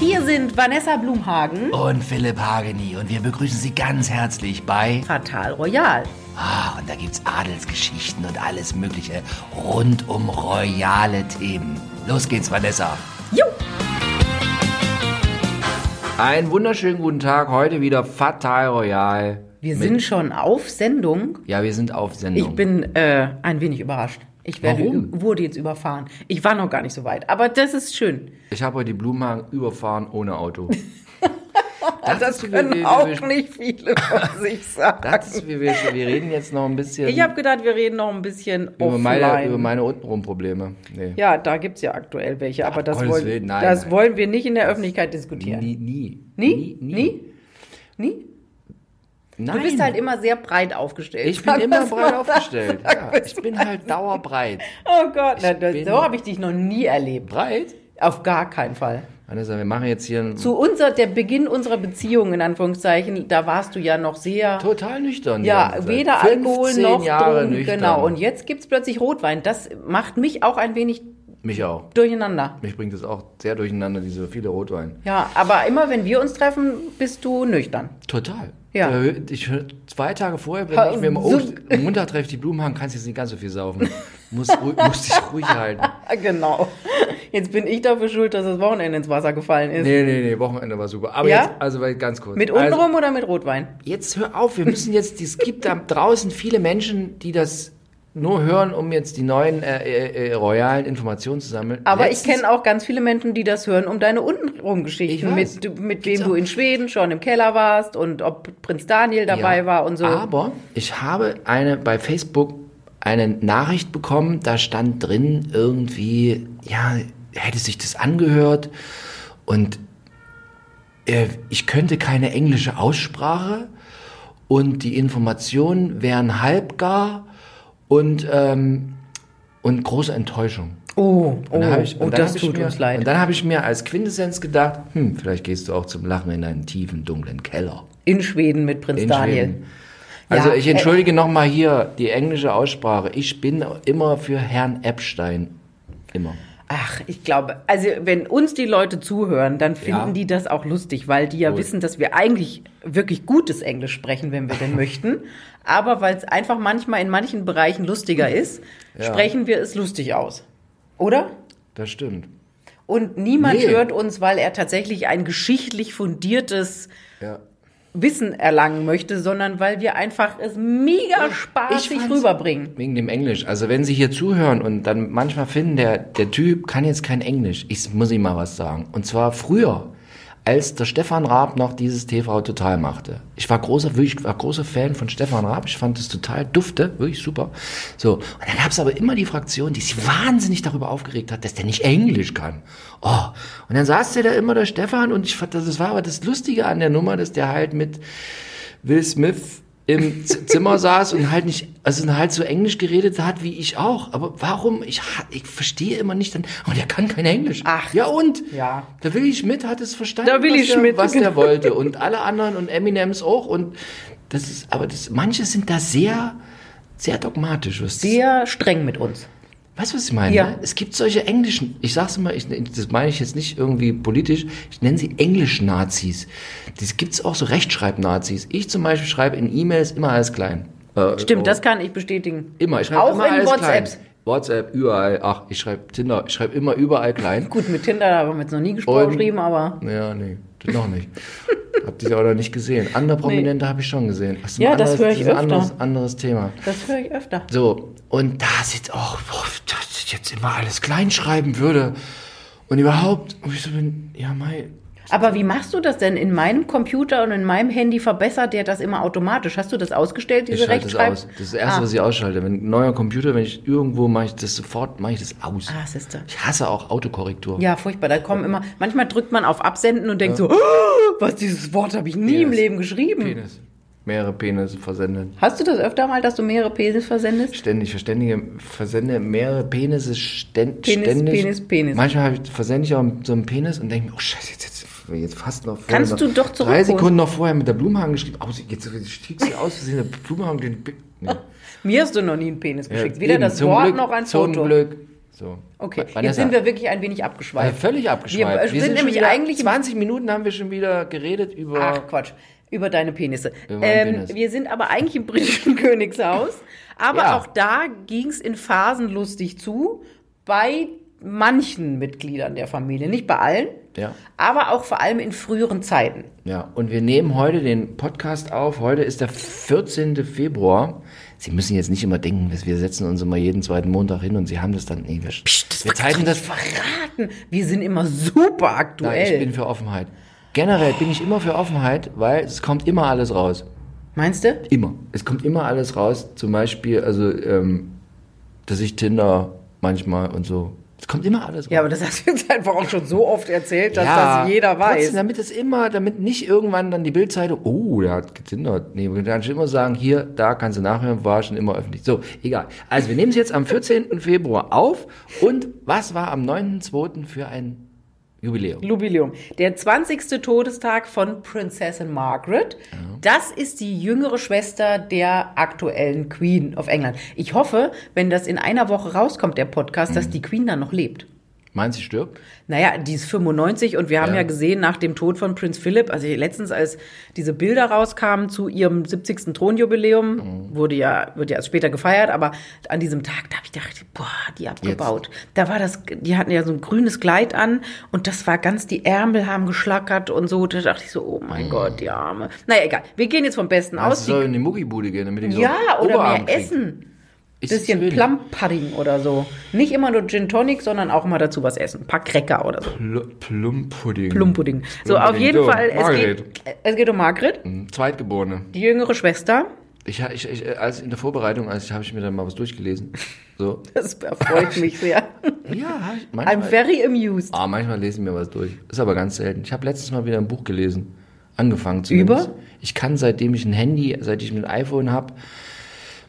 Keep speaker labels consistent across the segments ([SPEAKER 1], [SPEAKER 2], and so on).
[SPEAKER 1] Hier sind Vanessa Blumhagen,
[SPEAKER 2] Und Philipp Hageni und wir begrüßen Sie ganz herzlich bei.
[SPEAKER 1] Fatal Royal.
[SPEAKER 2] Ah, und da gibt's Adelsgeschichten und alles Mögliche rund um royale Themen. Los geht's, Vanessa.
[SPEAKER 1] Jo!
[SPEAKER 2] Einen wunderschönen guten Tag, heute wieder Fatal Royal.
[SPEAKER 1] Wir sind schon auf Sendung.
[SPEAKER 2] Ja, wir sind auf Sendung.
[SPEAKER 1] Ich bin äh, ein wenig überrascht. Ich werde,
[SPEAKER 2] Warum?
[SPEAKER 1] wurde jetzt überfahren. Ich war noch gar nicht so weit, aber das ist schön.
[SPEAKER 2] ich habe heute die Blumenhagen überfahren ohne Auto.
[SPEAKER 1] Das können auch nicht viele von sich sagen.
[SPEAKER 2] Das, wir, wir, wir reden jetzt noch ein bisschen
[SPEAKER 1] Ich habe gedacht, wir reden noch ein bisschen
[SPEAKER 2] über,
[SPEAKER 1] offline.
[SPEAKER 2] meine, über meine untenrum Probleme. Nee.
[SPEAKER 1] ja, da gibt es ja aktuell welche, aber das,
[SPEAKER 2] Gottes
[SPEAKER 1] wollen,
[SPEAKER 2] Willen, nein,
[SPEAKER 1] das
[SPEAKER 2] nein.
[SPEAKER 1] wollen wir nicht in der Öffentlichkeit diskutieren.
[SPEAKER 2] Nie, nie.
[SPEAKER 1] Nie? Nie? Nie?
[SPEAKER 2] Nein.
[SPEAKER 1] Du bist halt immer sehr breit aufgestellt.
[SPEAKER 2] Ich bin
[SPEAKER 1] Sag
[SPEAKER 2] immer
[SPEAKER 1] das mal.
[SPEAKER 2] breit aufgestellt. Ja,
[SPEAKER 1] wir's
[SPEAKER 2] ich bin halt dauerbreit.
[SPEAKER 1] Oh Gott, na, das,
[SPEAKER 2] bin-
[SPEAKER 1] so habe ich dich noch nie erlebt.
[SPEAKER 2] Breit?
[SPEAKER 1] Auf gar keinen Fall.
[SPEAKER 2] Vanessa, wir machen jetzt hier einen
[SPEAKER 1] Zu unser, der Beginn unserer Beziehung, in Anführungszeichen, da warst du ja noch sehr.
[SPEAKER 2] total nüchtern. die
[SPEAKER 1] Ja,
[SPEAKER 2] ganze Zeit.
[SPEAKER 1] weder Alkohol
[SPEAKER 2] 15
[SPEAKER 1] noch
[SPEAKER 2] Jahre
[SPEAKER 1] Drogen.
[SPEAKER 2] nüchtern.
[SPEAKER 1] Genau. Und jetzt gibt's plötzlich Rotwein. Das macht mich auch ein wenig
[SPEAKER 2] mich auch.
[SPEAKER 1] durcheinander.
[SPEAKER 2] Mich bringt es auch sehr durcheinander, diese viele Rotwein.
[SPEAKER 1] Ja, aber immer wenn wir uns treffen, bist du nüchtern.
[SPEAKER 2] Total.
[SPEAKER 1] Ja.
[SPEAKER 2] Äh, Ich, zwei Tage vorher bin
[SPEAKER 1] Ha,
[SPEAKER 2] ich mir im
[SPEAKER 1] so-
[SPEAKER 2] Obst, am Montag treffe ich die Blumenhang, kannst jetzt nicht ganz so viel saufen. Muss, ruhig, muss dich ruhig halten.
[SPEAKER 1] Ah, Genau. Jetzt bin ich dafür schuld, dass das Wochenende ins Wasser gefallen ist.
[SPEAKER 2] Nee, nee, nee, Wochenende war super. Aber
[SPEAKER 1] Ja?
[SPEAKER 2] jetzt, also weil- ganz kurz.
[SPEAKER 1] Mit
[SPEAKER 2] also,
[SPEAKER 1] untenrum oder mit Rotwein?
[SPEAKER 2] jetzt hör auf, wir müssen jetzt, es gibt da draußen viele Menschen, die das nur hören, um jetzt die neuen äh, äh, äh, royalen Informationen zu sammeln.
[SPEAKER 1] Aber ich
[SPEAKER 2] Letztens-
[SPEAKER 1] kenne auch ganz viele Menschen, die das hören, um deine untenrum Geschichten,
[SPEAKER 2] Ich weiß.
[SPEAKER 1] mit, mit wem du in Schweden schon im Keller warst und ob Prinz Daniel dabei
[SPEAKER 2] Ja, Ah,
[SPEAKER 1] war und so.
[SPEAKER 2] Aber ich habe eine bei Facebook eine Nachricht bekommen, da stand drin irgendwie, ja, hätte sich das angehört und äh, ich könnte keine englische Aussprache und die Informationen wären halbgar und, ähm, und große Enttäuschung.
[SPEAKER 1] oh, oh,
[SPEAKER 2] Und dann hab ich-
[SPEAKER 1] oh
[SPEAKER 2] und dann
[SPEAKER 1] das
[SPEAKER 2] hab ich
[SPEAKER 1] tut
[SPEAKER 2] mir,
[SPEAKER 1] uns leid.
[SPEAKER 2] Und dann habe ich mir als Quintessenz gedacht, hm, vielleicht gehst du auch zum Lachen in einen tiefen, dunklen Keller.
[SPEAKER 1] in Schweden mit Prinz
[SPEAKER 2] In
[SPEAKER 1] Daniel.
[SPEAKER 2] Schweden. Also
[SPEAKER 1] Ja, äh,
[SPEAKER 2] ich entschuldige nochmal hier die englische Aussprache. Ich bin immer für Herrn Epstein. Immer.
[SPEAKER 1] Ach, ich glaube, also wenn uns die Leute zuhören, dann finden
[SPEAKER 2] Ja.
[SPEAKER 1] die das auch lustig, weil die ja
[SPEAKER 2] Gut.
[SPEAKER 1] wissen, dass wir eigentlich wirklich gutes Englisch sprechen, wenn wir denn möchten. Aber weil es einfach manchmal in manchen Bereichen lustiger ist,
[SPEAKER 2] Ja.
[SPEAKER 1] sprechen wir es lustig aus. Oder?
[SPEAKER 2] Das stimmt.
[SPEAKER 1] Und niemand
[SPEAKER 2] Nee.
[SPEAKER 1] hört uns, weil er tatsächlich ein geschichtlich fundiertes
[SPEAKER 2] Ja.
[SPEAKER 1] Wissen erlangen möchte, sondern weil wir einfach es mega spaßig
[SPEAKER 2] fand's-
[SPEAKER 1] rüberbringen.
[SPEAKER 2] Wegen dem Englisch. Also wenn Sie hier zuhören und dann manchmal finden, der, der Typ kann jetzt kein Englisch. Ich muss ihm mal was sagen. Und zwar früher, als der Stefan Raab noch dieses TV Total machte. Ich war großer, wirklich, ich war großer Fan von Stefan Raab. Ich fand es total dufte, wirklich super. So. Und dann gab es aber immer die Fraktion, die sich wahnsinnig darüber aufgeregt hat, dass der nicht Englisch kann. Oh. Und dann saß der da immer, der Stefan, und ich fand, das war aber das Lustige an der Nummer, dass der halt mit Will Smith im Z Zimmer saß und halt nicht, also halt so Englisch geredet hat, wie ich auch. Aber warum? Ich, ha- ich verstehe immer nicht dann, oh, der kann kein Englisch.
[SPEAKER 1] Ach.
[SPEAKER 2] Ja und?
[SPEAKER 1] Ja.
[SPEAKER 2] Der Willi Schmidt hat es verstanden,
[SPEAKER 1] Der Willi
[SPEAKER 2] was, der,
[SPEAKER 1] Schmidt,
[SPEAKER 2] was
[SPEAKER 1] genau.
[SPEAKER 2] der wollte. Und alle anderen und Eminems auch. Und das ist, aber das, manche sind da sehr, sehr dogmatisch. Was
[SPEAKER 1] Sehr streng mit uns.
[SPEAKER 2] Weißt du, was ich meine?
[SPEAKER 1] Ja.
[SPEAKER 2] ne? Es gibt solche englischen, ich sag's immer, ich, das meine ich jetzt nicht irgendwie politisch, ich nenne sie Englisch-Nazis. Das gibt's auch so Rechtschreib-Nazis. Ich zum Beispiel schreibe in E-Mails immer alles klein. Äh,
[SPEAKER 1] Stimmt,
[SPEAKER 2] oh,
[SPEAKER 1] das kann ich bestätigen.
[SPEAKER 2] Immer, ich schreibe
[SPEAKER 1] auch
[SPEAKER 2] immer
[SPEAKER 1] in
[SPEAKER 2] alles
[SPEAKER 1] WhatsApps.
[SPEAKER 2] klein. WhatsApp, überall, ach, ich schreibe Tinder, ich schreibe immer überall klein.
[SPEAKER 1] Gut, mit Tinder haben wir jetzt noch nie gesprochen,
[SPEAKER 2] Und-
[SPEAKER 1] geschrieben, aber.
[SPEAKER 2] Ja, nee, das noch nicht. Hab dich auch noch nicht gesehen. Andere Prominente habe ich schon gesehen. Das ist ein
[SPEAKER 1] Ja, das höre ich
[SPEAKER 2] ist ein
[SPEAKER 1] öfter.
[SPEAKER 2] Anderes, anderes Thema.
[SPEAKER 1] Das höre ich öfter.
[SPEAKER 2] So, und da sitzt auch, boah, dass ich jetzt immer alles klein schreiben würde. Und überhaupt, und ich so bin, ja, mei.
[SPEAKER 1] Aber wie machst du das denn? In meinem Computer und in meinem Handy verbessert der das immer automatisch. Hast du das ausgestellt, diese
[SPEAKER 2] Ich schalte das
[SPEAKER 1] Rechtschreib-
[SPEAKER 2] aus. Das ist das Erste,
[SPEAKER 1] ah.
[SPEAKER 2] was ich ausschalte. Wenn neuer Computer, wenn ich irgendwo mache ich das sofort, mache ich das aus.
[SPEAKER 1] Ah, siehste.
[SPEAKER 2] Ich hasse auch Autokorrektur.
[SPEAKER 1] Ja, furchtbar. Da kommen immer. Manchmal drückt man auf Absenden und denkt so, oh, was, dieses Wort habe ich nie im
[SPEAKER 2] Penis.
[SPEAKER 1] Leben geschrieben.
[SPEAKER 2] Penis. Mehrere Penisse versendet.
[SPEAKER 1] Hast du das öfter mal, dass du mehrere Penis versendest?
[SPEAKER 2] Ständig verständige, versende mehrere Penisse ständ,
[SPEAKER 1] Penis,
[SPEAKER 2] ständig.
[SPEAKER 1] Penis, Penis.
[SPEAKER 2] Manchmal hab ich, versende ich auch so einen Penis und denke mir, oh scheiße, jetzt, jetzt, jetzt fast noch vorher.
[SPEAKER 1] Kannst
[SPEAKER 2] noch,
[SPEAKER 1] du doch
[SPEAKER 2] Drei
[SPEAKER 1] zurückholen.
[SPEAKER 2] Sekunden noch vorher mit der Blumenhagen geschrieben. Oh, sie- jetzt stieg sie aus, Versehen der Blumenhagen den. Nee.
[SPEAKER 1] Mir hast du noch nie einen Penis geschickt. Weder
[SPEAKER 2] Eben,
[SPEAKER 1] Oh, das
[SPEAKER 2] zum
[SPEAKER 1] Wort
[SPEAKER 2] Glück,
[SPEAKER 1] noch ein
[SPEAKER 2] zum
[SPEAKER 1] Foto.
[SPEAKER 2] Glück. So.
[SPEAKER 1] Okay,
[SPEAKER 2] Vanessa,
[SPEAKER 1] jetzt sind
[SPEAKER 2] wir
[SPEAKER 1] wir wirklich ein wenig abgeschweift.
[SPEAKER 2] völlig abgeschweift.
[SPEAKER 1] Wir äh, sind
[SPEAKER 2] schon
[SPEAKER 1] nämlich
[SPEAKER 2] wieder,
[SPEAKER 1] eigentlich im-
[SPEAKER 2] 20 Minuten haben wir schon wieder geredet über.
[SPEAKER 1] Ach Quatsch, über deine Penisse.
[SPEAKER 2] Über meinen
[SPEAKER 1] ähm,
[SPEAKER 2] Penis.
[SPEAKER 1] Wir sind aber eigentlich im britischen Königshaus. Aber
[SPEAKER 2] Ja.
[SPEAKER 1] auch da ging es in Phasen lustig zu. Bei manchen Mitgliedern der Familie, nicht bei allen,
[SPEAKER 2] Ja.
[SPEAKER 1] aber auch vor allem in früheren Zeiten.
[SPEAKER 2] Ja, und wir nehmen heute den Podcast auf. Heute ist der 14. Februar. Sie müssen jetzt nicht immer denken, dass wir setzen uns immer jeden zweiten Montag hin und Sie haben das dann. Nee, wir, wir zeigen das.
[SPEAKER 1] Verraten, wir sind immer super
[SPEAKER 2] Nein, ich
[SPEAKER 1] aktuell.
[SPEAKER 2] bin für Offenheit. Generell bin ich immer für Offenheit, weil es kommt immer alles raus.
[SPEAKER 1] Meinst du?
[SPEAKER 2] Immer. Es kommt immer alles raus. Zum Beispiel, also, ähm, dass ich Tinder manchmal und so. Es kommt immer alles raus.
[SPEAKER 1] Ja, aber das hast du jetzt einfach auch schon so oft erzählt, dass das jeder
[SPEAKER 2] Trotzdem,
[SPEAKER 1] weiß.
[SPEAKER 2] damit es immer, damit nicht irgendwann dann die Bildzeitung, oh, der hat getindert. Nee, wir können schon immer sagen, hier, da kannst du nachhören, war schon immer öffentlich. So, egal. Also wir nehmen es jetzt am 14. Februar auf und was war am 9.2. für ein Jubiläum?
[SPEAKER 1] Jubiläum. Der 20. Todestag von Prinzessin Margaret. Das ist die jüngere Schwester der aktuellen Queen of England. Ich hoffe, wenn das in einer Woche rauskommt, der Podcast, dass die Queen dann noch lebt.
[SPEAKER 2] Meinst du, sie stirbt?
[SPEAKER 1] Naja, die ist 95 und wir haben ja,
[SPEAKER 2] Ja.
[SPEAKER 1] gesehen, nach dem Tod von Prinz Philipp, also letztens, als diese Bilder rauskamen zu ihrem 70. Thronjubiläum,
[SPEAKER 2] Mhm.
[SPEAKER 1] wurde ja, wird ja erst später gefeiert, aber an diesem Tag, da habe ich gedacht, boah, die abgebaut. Da war das, die hatten ja so ein grünes Kleid an und das war ganz, die Ärmel haben geschlackert und so. Da dachte ich so, oh
[SPEAKER 2] Mhm.
[SPEAKER 1] mein Gott, die Arme. Naja, egal. Wir gehen jetzt vom Besten
[SPEAKER 2] Also
[SPEAKER 1] aus.
[SPEAKER 2] sie soll in die Muckibude gehen, damit ich
[SPEAKER 1] Die, ja,
[SPEAKER 2] so
[SPEAKER 1] oder
[SPEAKER 2] Oberarm
[SPEAKER 1] mehr
[SPEAKER 2] krieg.
[SPEAKER 1] essen.
[SPEAKER 2] Ist
[SPEAKER 1] Bisschen
[SPEAKER 2] Zwilling.
[SPEAKER 1] Plum-Pudding oder so. Nicht immer nur Gin Tonic, sondern auch mal dazu was essen. Ein paar Cracker oder so.
[SPEAKER 2] Pl Plumpudding.
[SPEAKER 1] Plumpudding. So, auf jeden
[SPEAKER 2] So,
[SPEAKER 1] Fall, es
[SPEAKER 2] Margret. Hm. mm,
[SPEAKER 1] geht, es geht um Margret,
[SPEAKER 2] Zweitgeborene.
[SPEAKER 1] die jüngere Schwester.
[SPEAKER 2] Ich, ich, ich, als in der Vorbereitung, als habe ich mir dann mal was durchgelesen. So.
[SPEAKER 1] Das erfreut mich sehr.
[SPEAKER 2] Ja, hab ich
[SPEAKER 1] I'm very amused.
[SPEAKER 2] Ah, manchmal lesen wir was durch. Ist aber ganz selten. Ich habe letztens mal wieder ein Buch gelesen. Angefangen zu
[SPEAKER 1] Über?
[SPEAKER 2] Ich kann seitdem ich ein Handy, seit ich ein iPhone habe,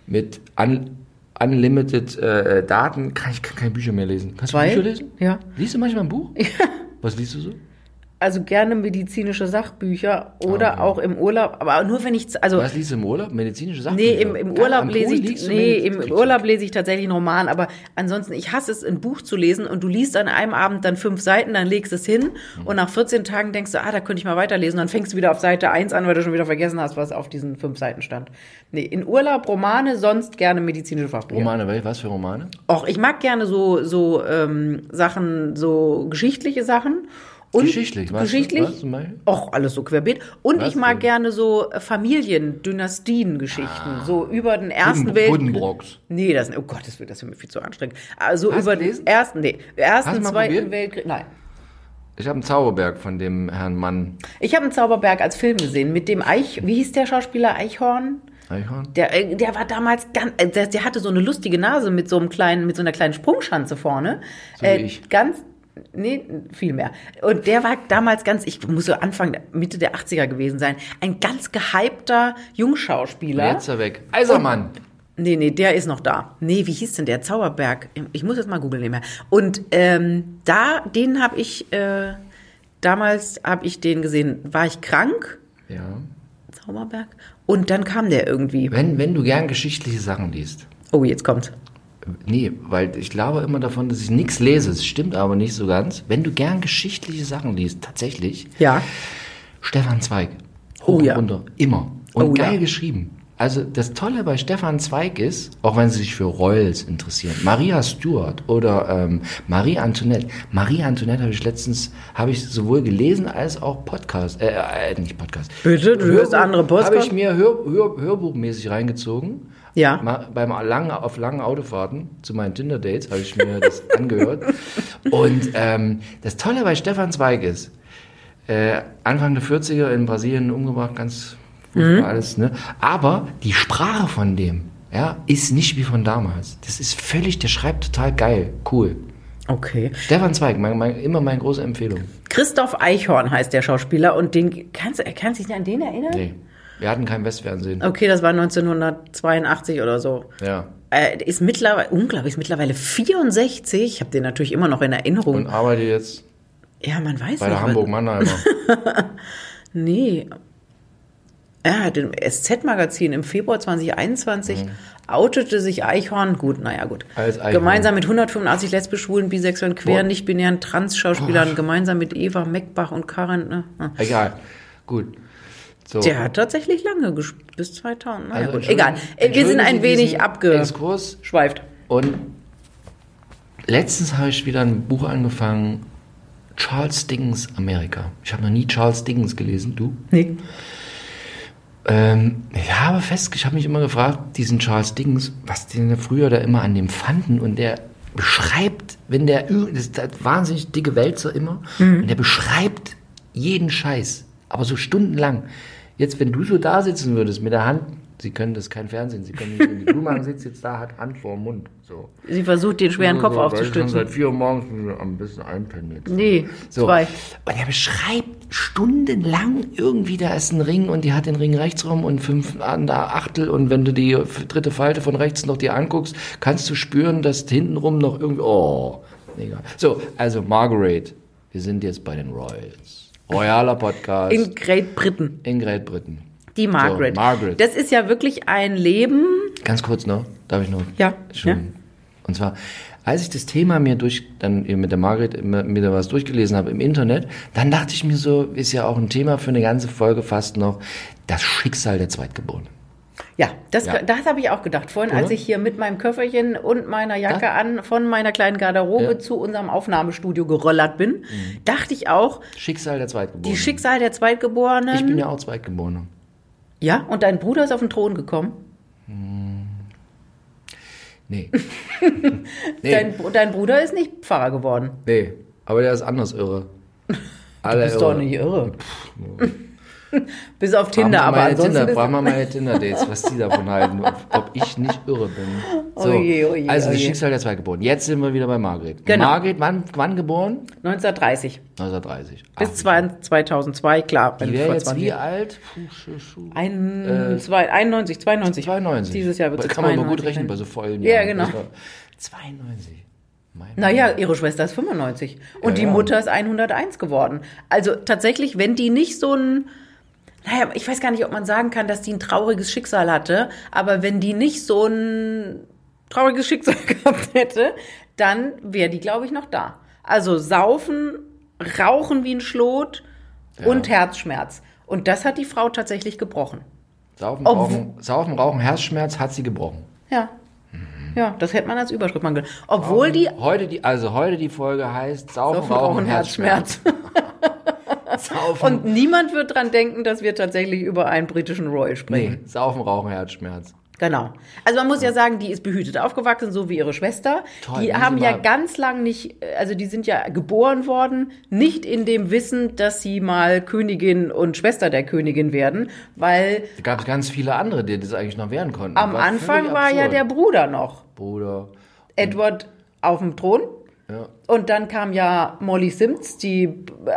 [SPEAKER 2] mit un unlimited äh, Daten, kann ich kann keine Bücher mehr lesen. Kannst
[SPEAKER 1] Weil-
[SPEAKER 2] du Bücher lesen?
[SPEAKER 1] ja.
[SPEAKER 2] Liest du manchmal ein Buch? Ja. Was liest du so?
[SPEAKER 1] Also gerne medizinische Sachbücher oder auch im Urlaub, aber nur wenn ich, also,
[SPEAKER 2] Was liest du im Urlaub? Medizinische Sachen?
[SPEAKER 1] nee, im, im Urlaub lese ich, nee, im Urlaub
[SPEAKER 2] lese
[SPEAKER 1] lese ich tatsächlich einen Roman, aber ansonsten, ich hasse es, ein Buch zu lesen und du liest an einem Abend dann fünf Seiten, dann legst es hin
[SPEAKER 2] Hm.
[SPEAKER 1] und nach 14 Tagen denkst du, ah, da könnte ich mal weiterlesen, dann fängst du wieder auf Seite 1 an, weil du schon wieder vergessen hast, was auf diesen fünf Seiten stand. Nee, in Urlaub Romane, sonst gerne medizinische Fachbücher.
[SPEAKER 2] Romane, wel- was für Romane?
[SPEAKER 1] Och, ich mag gerne so, so ähm, Sachen, so geschichtliche Sachen. Und
[SPEAKER 2] Geschichtlich, was?
[SPEAKER 1] Geschichtlich.
[SPEAKER 2] Was zum Beispiel?
[SPEAKER 1] Och, alles so querbeet. Und
[SPEAKER 2] Was
[SPEAKER 1] ich mag
[SPEAKER 2] denn?
[SPEAKER 1] gerne so Familien, Dynastiengeschichten.
[SPEAKER 2] Ah.
[SPEAKER 1] So über den Ersten
[SPEAKER 2] Budden-
[SPEAKER 1] Weltkrieg.
[SPEAKER 2] Buddenbrooks.
[SPEAKER 1] Nee, das, oh Gott, das wird das ist mir viel zu anstrengend. Also
[SPEAKER 2] Hast
[SPEAKER 1] über
[SPEAKER 2] du gelesen?
[SPEAKER 1] den ersten, nee,
[SPEAKER 2] Hast du
[SPEAKER 1] ersten,
[SPEAKER 2] mal
[SPEAKER 1] zweiten
[SPEAKER 2] probiert?
[SPEAKER 1] Weltkrieg. Nein.
[SPEAKER 2] Ich habe einen Zauberberg von dem Herrn Mann.
[SPEAKER 1] Ich habe einen Zauberberg als Film gesehen mit dem Eich, wie hieß der Schauspieler Eichhorn?
[SPEAKER 2] Eichhorn?
[SPEAKER 1] Der, äh, der war damals ganz, äh, der, der hatte so eine lustige Nase mit so einem kleinen, mit so einer kleinen Sprungschanze vorne. Äh,
[SPEAKER 2] So wie ich.
[SPEAKER 1] Ganz, nee, viel mehr. Und der war damals ganz, ich muss so Anfang, Mitte der 80er gewesen sein, ein ganz gehypter Jungschauspieler.
[SPEAKER 2] Jetzt ist er weg.
[SPEAKER 1] Also
[SPEAKER 2] Eisermann.
[SPEAKER 1] Nee, nee, der ist noch da. Nee, wie hieß denn der? Zauberberg. Ich muss jetzt mal googeln nebenher. Und ähm, da, den habe ich, äh, damals habe ich den gesehen, war ich krank,
[SPEAKER 2] Ja.
[SPEAKER 1] Zauberberg. Und dann kam der irgendwie.
[SPEAKER 2] Wenn, wenn du gern geschichtliche Sachen liest.
[SPEAKER 1] Oh, jetzt kommt's.
[SPEAKER 2] Nee, weil ich glaube immer davon, dass ich nichts lese. Es stimmt aber nicht so ganz. Wenn du gern geschichtliche Sachen liest, tatsächlich,
[SPEAKER 1] Ja.
[SPEAKER 2] Stefan Zweig.
[SPEAKER 1] Oh
[SPEAKER 2] Hoch und
[SPEAKER 1] ja.
[SPEAKER 2] runter. Immer. Und
[SPEAKER 1] Oh ja.
[SPEAKER 2] geil geschrieben. Also das Tolle bei Stefan Zweig ist, auch wenn sie sich für Royals interessieren, Maria Stuart oder ähm, Marie Antoinette. Marie Antoinette habe ich letztens, habe ich sowohl gelesen als auch Podcast, äh, äh nicht Podcast.
[SPEAKER 1] Bitte? Du hörst andere Podcasts?
[SPEAKER 2] Habe ich mir Hör, Hör, hörbuchmäßig reingezogen.
[SPEAKER 1] Ja.
[SPEAKER 2] Ma- beim langen, auf langen Autofahrten zu meinen Tinder-Dates habe ich mir das angehört. Und ähm, das Tolle bei Stefan Zweig ist, äh, Anfang der 40er in Brasilien umgebracht, ganz furchtbar alles. Ne? Aber die Sprache von dem ja, ist nicht wie von damals. Das ist völlig, der schreibt total geil, cool.
[SPEAKER 1] Okay.
[SPEAKER 2] Stefan Zweig, mein, mein, immer meine große Empfehlung.
[SPEAKER 1] Christoph Eichhorn heißt der Schauspieler und den kannst du kannst dich an den erinnern?
[SPEAKER 2] Nee, wir hatten kein Westfernsehen.
[SPEAKER 1] Okay, das war 1982 oder so.
[SPEAKER 2] Ja.
[SPEAKER 1] Äh, der ist mittlerweile unglaublich, ist mittlerweile 64. Ich habe den natürlich immer noch in Erinnerung.
[SPEAKER 2] Und arbeite jetzt
[SPEAKER 1] ja, man weiß
[SPEAKER 2] bei der
[SPEAKER 1] nicht.
[SPEAKER 2] Hamburg-Mannheimer.
[SPEAKER 1] Nee. Er hat im SZ-Magazin im Februar 2021 outete sich Eichhorn, gut, naja, gut.
[SPEAKER 2] Mhm. Als Eichhorn.
[SPEAKER 1] gemeinsam mit 185 lesbisch, schwulen, bisexuellen, queeren,
[SPEAKER 2] Boah.
[SPEAKER 1] nicht-binären Trans-Schauspielern, gemeinsam mit Eva Meckbach und Karen. Ne? Hm.
[SPEAKER 2] Egal. Gut. So.
[SPEAKER 1] Der hat tatsächlich lange gespielt, bis 2000. Naja,
[SPEAKER 2] Also
[SPEAKER 1] gut, egal. Äh, Wir
[SPEAKER 2] entschuldigen
[SPEAKER 1] sind
[SPEAKER 2] Sie
[SPEAKER 1] ein wenig
[SPEAKER 2] diesen
[SPEAKER 1] abgeschweift.
[SPEAKER 2] Exkurs. Und letztens habe ich wieder ein Buch angefangen, Charles Dickens Amerika. Ich habe noch nie Charles Dickens gelesen, du?
[SPEAKER 1] Nee.
[SPEAKER 2] Ähm, ich habe fest, ich habe mich immer gefragt, diesen Charles Dickens, was die denn früher da immer an dem fanden und der beschreibt, wenn der, ir- das ist der wahnsinnig dicke Wälzer immer, und der beschreibt jeden Scheiß, aber so stundenlang. Jetzt, wenn du so da sitzen würdest mit der Hand, Sie können das ist kein Fernsehen, Sie können nicht sehen. Die Blumen sitzt jetzt da, hat Hand vor dem Mund. So.
[SPEAKER 1] Sie versucht, den schweren Kopf
[SPEAKER 2] so, Weil ich schon
[SPEAKER 1] aufzustützen.
[SPEAKER 2] seit vier Uhr morgens bin ich ein bisschen einpennen jetzt.
[SPEAKER 1] Nee,
[SPEAKER 2] So.
[SPEAKER 1] zwei.
[SPEAKER 2] Und er beschreibt stundenlang irgendwie, da ist ein Ring und die hat den Ring rechts rum und fünf an der Achtel und wenn du die f- dritte Falte von rechts noch dir anguckst, kannst du spüren, dass hintenrum noch irgendwie, oh, egal. So, also Margaret, wir sind jetzt bei den Royals. Royaler Podcast in,
[SPEAKER 1] In Great Britain.
[SPEAKER 2] in Great Britain.
[SPEAKER 1] Die Margaret.
[SPEAKER 2] So, Margaret.
[SPEAKER 1] Das ist ja wirklich ein Leben.
[SPEAKER 2] Ganz kurz noch, darf ich noch?
[SPEAKER 1] Ja,
[SPEAKER 2] Schon.
[SPEAKER 1] ja.
[SPEAKER 2] Und zwar, als ich das Thema mir durch, dann eben mit der Margret immer wieder was durchgelesen habe im Internet, dann dachte ich mir so, ist ja auch ein Thema für eine ganze Folge fast noch, das Schicksal der Zweitgeborenen.
[SPEAKER 1] Ja, das,
[SPEAKER 2] Ja.
[SPEAKER 1] das habe ich auch gedacht. Vorhin, als
[SPEAKER 2] Oder?
[SPEAKER 1] ich hier mit meinem Köfferchen und meiner Jacke
[SPEAKER 2] Ja.
[SPEAKER 1] an von meiner kleinen Garderobe
[SPEAKER 2] Ja. Mhm.
[SPEAKER 1] zu unserem Aufnahmestudio geröllert bin, dachte ich auch,
[SPEAKER 2] Schicksal der
[SPEAKER 1] die
[SPEAKER 2] Zweitgeborenen.
[SPEAKER 1] Schicksal der
[SPEAKER 2] ich
[SPEAKER 1] Zweitgeborenen.
[SPEAKER 2] bin ja auch Zweitgeborene.
[SPEAKER 1] ja, und dein Bruder ist auf den Thron gekommen.
[SPEAKER 2] Nee,
[SPEAKER 1] Dein, Br- dein Bruder ist nicht Pfarrer geworden.
[SPEAKER 2] nee, aber der ist anders irre. Alle
[SPEAKER 1] Ist doch nicht irre. Also, Bis auf
[SPEAKER 2] Frag mal
[SPEAKER 1] Tinder, aber
[SPEAKER 2] meine
[SPEAKER 1] ansonsten.
[SPEAKER 2] Tinder,
[SPEAKER 1] ist-
[SPEAKER 2] frag mal meine Tinder-Dates, was die davon halten, ob, ob ich nicht irre bin. So,
[SPEAKER 1] Oje, oje,
[SPEAKER 2] also das
[SPEAKER 1] oje.
[SPEAKER 2] Schicksal der Zweitgeborenen. Jetzt sind wir wieder bei Margret.
[SPEAKER 1] Genau.
[SPEAKER 2] Margret, wann, wann geboren?
[SPEAKER 1] 1930
[SPEAKER 2] 1930.
[SPEAKER 1] bis 2002, klar.
[SPEAKER 2] Die
[SPEAKER 1] wenn
[SPEAKER 2] wäre
[SPEAKER 1] vor
[SPEAKER 2] jetzt
[SPEAKER 1] 20
[SPEAKER 2] wie alt? Puh, schuh, schuh.
[SPEAKER 1] Ein, zwei, 91, 92.
[SPEAKER 2] 92.
[SPEAKER 1] Dieses Jahr wird sie
[SPEAKER 2] Kann man mal gut
[SPEAKER 1] 92 werden.
[SPEAKER 2] rechnen bei so vollen
[SPEAKER 1] ne? Ja,
[SPEAKER 2] Jahren. Also
[SPEAKER 1] genau.
[SPEAKER 2] Das war 92. Meine
[SPEAKER 1] Naja, ihre Schwester ist 95 und
[SPEAKER 2] Ja,
[SPEAKER 1] die
[SPEAKER 2] ja.
[SPEAKER 1] Mutter ist 101 geworden. Also tatsächlich, wenn die nicht so ein, naja, ich weiß gar nicht, ob man sagen kann, dass die ein trauriges Schicksal hatte, aber wenn die nicht so ein trauriges Schicksal gehabt hätte, dann wäre die, glaube ich, noch da. Also saufen, rauchen wie ein Schlot und Herzschmerz. Und das hat die Frau tatsächlich gebrochen.
[SPEAKER 2] Saufen,
[SPEAKER 1] Obwohl-
[SPEAKER 2] rauchen, Saufen, Rauchen, Herzschmerz hat sie gebrochen.
[SPEAKER 1] Ja.
[SPEAKER 2] Mhm.
[SPEAKER 1] Ja, das hätte man als Überschrift machen können. Obwohl die
[SPEAKER 2] Heute die, also heute die Folge heißt Saufen,
[SPEAKER 1] Saufen,
[SPEAKER 2] Rauchen,
[SPEAKER 1] Rauchen,
[SPEAKER 2] Herzschmerz.
[SPEAKER 1] Herzschmerz.
[SPEAKER 2] Saufen,
[SPEAKER 1] Und niemand wird dran denken, dass wir tatsächlich über einen britischen Royal sprechen.
[SPEAKER 2] nee, Saufen, Rauchen, Herzschmerz.
[SPEAKER 1] Genau. Also man muss ja sagen, die ist behütet aufgewachsen, so wie ihre Schwester.
[SPEAKER 2] Toll,
[SPEAKER 1] die
[SPEAKER 2] wenn
[SPEAKER 1] haben
[SPEAKER 2] sie
[SPEAKER 1] ja
[SPEAKER 2] mal-
[SPEAKER 1] ganz lang nicht, also die sind ja geboren worden, nicht in dem Wissen, dass sie mal Königin und Schwester der Königin werden, weil
[SPEAKER 2] Da gab es ganz viele andere, die das eigentlich noch werden konnten.
[SPEAKER 1] am
[SPEAKER 2] War
[SPEAKER 1] Anfang
[SPEAKER 2] völlig
[SPEAKER 1] war ja
[SPEAKER 2] absurd. Mhm.
[SPEAKER 1] der Bruder noch.
[SPEAKER 2] Bruder.
[SPEAKER 1] Edward auf dem Thron.
[SPEAKER 2] Ja.
[SPEAKER 1] Und dann kam ja Molly Sims, die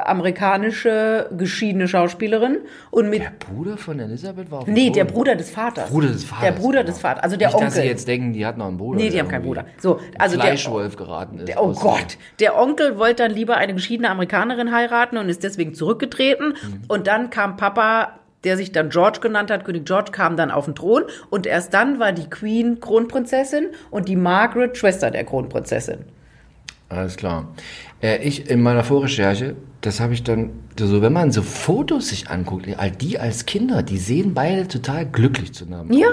[SPEAKER 1] amerikanische geschiedene Schauspielerin. Und mit
[SPEAKER 2] Der Bruder von Elisabeth war auf dem
[SPEAKER 1] Nee, der
[SPEAKER 2] Thron.
[SPEAKER 1] Bruder des Vaters.
[SPEAKER 2] Bruder des Vaters.
[SPEAKER 1] Der Bruder
[SPEAKER 2] genau.
[SPEAKER 1] des Vaters, also der
[SPEAKER 2] Nicht, dass
[SPEAKER 1] Onkel.
[SPEAKER 2] sie jetzt denken, die hat noch einen Bruder.
[SPEAKER 1] Nee, die
[SPEAKER 2] der
[SPEAKER 1] haben keinen
[SPEAKER 2] irgendwie
[SPEAKER 1] Bruder. So,
[SPEAKER 2] ein
[SPEAKER 1] also der-
[SPEAKER 2] Fleischwolf geraten ist.
[SPEAKER 1] Oh
[SPEAKER 2] aus-
[SPEAKER 1] Gott, der Onkel wollte dann lieber eine geschiedene Amerikanerin heiraten und ist deswegen zurückgetreten.
[SPEAKER 2] Mhm.
[SPEAKER 1] Und dann kam Papa, der sich dann George genannt hat, König George kam dann auf den Thron. Und erst dann war die Queen Kronprinzessin und die Margaret Schwester der Kronprinzessin.
[SPEAKER 2] Alles klar. Äh, ich in meiner Vorrecherche, das habe ich dann so, wenn man so Fotos sich anguckt, all die als Kinder, die sehen beide total glücklich zusammen.
[SPEAKER 1] Ja,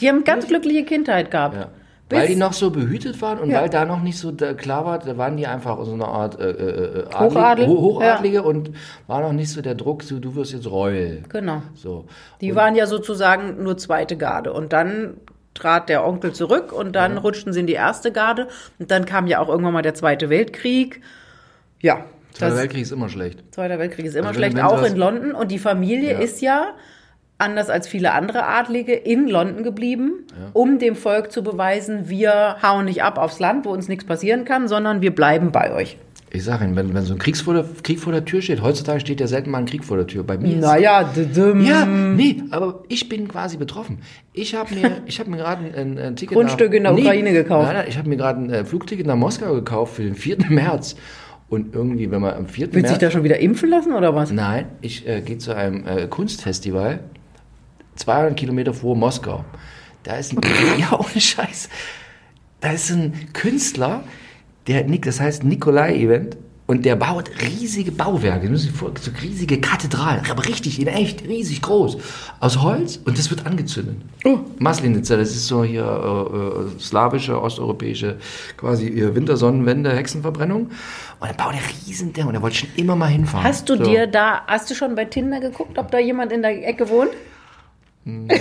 [SPEAKER 1] die haben ganz glückliche Kindheit gehabt.
[SPEAKER 2] Ja.
[SPEAKER 1] Bis-
[SPEAKER 2] Weil die noch so behütet waren und
[SPEAKER 1] Ja.
[SPEAKER 2] weil da noch nicht so da klar war, da waren die einfach so eine Art äh, äh, äh, Adlige-
[SPEAKER 1] Hochadel,
[SPEAKER 2] Ho- Hochadlige und war noch nicht so der Druck, so du wirst jetzt Royal.
[SPEAKER 1] Genau.
[SPEAKER 2] So.
[SPEAKER 1] Die waren ja sozusagen nur zweite Garde. Und dann trat der Onkel zurück und dann rutschten sie in die erste Garde. Und dann kam ja auch irgendwann mal der Zweite Weltkrieg. Ja,
[SPEAKER 2] Zweiter
[SPEAKER 1] das
[SPEAKER 2] Weltkrieg ist immer schlecht.
[SPEAKER 1] Zweiter Weltkrieg ist immer
[SPEAKER 2] Also wenn-
[SPEAKER 1] schlecht,
[SPEAKER 2] wenn
[SPEAKER 1] auch
[SPEAKER 2] sowas-
[SPEAKER 1] in London. Und die Familie
[SPEAKER 2] Ja.
[SPEAKER 1] ist ja, anders als viele andere Adlige, in London geblieben, um dem Volk zu beweisen, wir hauen nicht ab aufs Land, wo uns nichts passieren kann, sondern wir bleiben bei euch.
[SPEAKER 2] Ich sage Ihnen, wenn, wenn so ein Kriegs vor der, Krieg vor der Tür steht, heutzutage steht ja selten mal ein Krieg vor der Tür. Bei mir ist
[SPEAKER 1] Naja, d-düm.
[SPEAKER 2] Ja, nee, aber ich bin quasi betroffen. Ich habe mir, ich habe mir gerade ein- ein, ein Ticket
[SPEAKER 1] Grundstück
[SPEAKER 2] nach,
[SPEAKER 1] in der Ukraine gekauft.
[SPEAKER 2] Nein, nein, ich habe mir gerade ein äh, Flugticket nach Moskau gekauft für den 4. März. Und irgendwie, wenn man am 4.
[SPEAKER 1] Willst du dich
[SPEAKER 2] März
[SPEAKER 1] da schon wieder impfen lassen oder was?
[SPEAKER 2] Nein, ich äh, gehe zu einem äh, Kunstfestival 200 Kilometer vor Moskau. Da ist ein, ja, ohne Scheiß. Da ist ein Künstler, der, Nick- das heißt Nikolai Event, und der baut riesige Bauwerke, müssen Sie vor, so riesige Kathedralen, aber richtig, in echt, riesig groß, aus Holz und das wird angezündet. Oh. Maslenitzer, das ist so hier äh, äh, slawische, osteuropäische, quasi äh, Wintersonnenwende, Hexenverbrennung. Und dann baut er riesen Dinge und er wollte schon immer mal hinfahren.
[SPEAKER 1] Hast du
[SPEAKER 2] so.
[SPEAKER 1] dir da, hast du schon bei Tinder geguckt, ob da jemand in der Ecke wohnt?
[SPEAKER 2] Nee.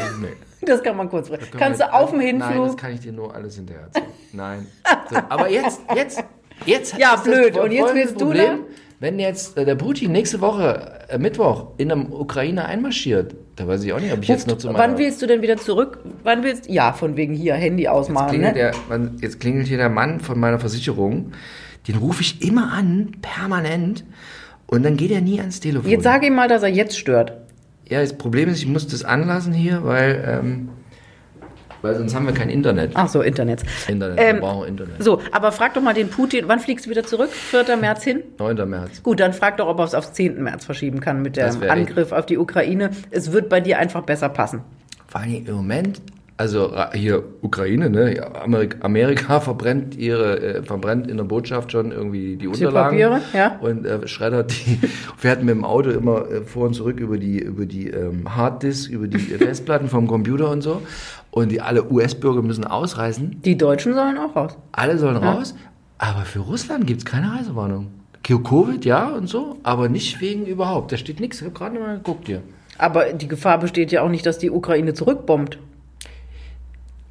[SPEAKER 1] Das kann man kurz fragen.
[SPEAKER 2] Können
[SPEAKER 1] Kannst
[SPEAKER 2] wir-
[SPEAKER 1] du auf dem
[SPEAKER 2] Nein, das
[SPEAKER 1] Hinflug?
[SPEAKER 2] kann ich dir nur alles hinterher erzählen. Nein. So, aber jetzt, jetzt, jetzt.
[SPEAKER 1] Ja,
[SPEAKER 2] ist das
[SPEAKER 1] blöd.
[SPEAKER 2] voll-
[SPEAKER 1] Und jetzt
[SPEAKER 2] folgendes
[SPEAKER 1] willst du ne?
[SPEAKER 2] Problem,
[SPEAKER 1] da-
[SPEAKER 2] Wenn jetzt äh, der Putin nächste Woche äh, Mittwoch in einem Ukrainer einmarschiert, da weiß ich auch nicht, ob ich jetzt noch zu meiner...
[SPEAKER 1] Wann willst du denn wieder zurück? Wann willst Ja, von wegen hier Handy
[SPEAKER 2] jetzt,
[SPEAKER 1] ausmachen,
[SPEAKER 2] klingelt
[SPEAKER 1] ne?
[SPEAKER 2] der, man, jetzt klingelt hier der Mann von meiner Versicherung. Den rufe ich immer an, permanent. Und dann geht er nie ans Telefon.
[SPEAKER 1] Jetzt sag ihm mal, dass er jetzt stört.
[SPEAKER 2] ja, das Problem ist, ich muss das anlassen hier, weil, ähm, weil sonst haben wir kein Internet.
[SPEAKER 1] Ach so, Internet.
[SPEAKER 2] Internet,
[SPEAKER 1] Ah, Ähm,
[SPEAKER 2] wir brauchen Internet.
[SPEAKER 1] So, aber frag doch mal den Putin, wann fliegst du wieder zurück? 4. März hin?
[SPEAKER 2] 9. März.
[SPEAKER 1] Gut, dann frag doch, ob er es aufs 10. März verschieben kann mit
[SPEAKER 2] Das
[SPEAKER 1] dem
[SPEAKER 2] wär
[SPEAKER 1] Angriff auf die Ukraine. Es wird bei dir einfach besser passen.
[SPEAKER 2] Vor allem im Moment, also äh, hier Ukraine, ne? ja, Amerik Amerika verbrennt ihre, äh, verbrennt in der Botschaft schon irgendwie die Unterlagen
[SPEAKER 1] Papiere, ja.
[SPEAKER 2] und äh, schreddert die. Wir hatten mit dem Auto immer äh, vor und zurück über die über die ähm, Harddisk, über die äh, Festplatten vom Computer und so. Und die alle US-Bürger müssen ausreisen.
[SPEAKER 1] Die Deutschen sollen auch raus.
[SPEAKER 2] Alle sollen raus. Aber für Russland gibt's keine Reisewarnung. Covid, ja und so, aber nicht wegen überhaupt. Da steht nichts. Ich habe gerade mal geguckt hier.
[SPEAKER 1] Aber die Gefahr besteht ja auch nicht, dass die Ukraine zurückbombt.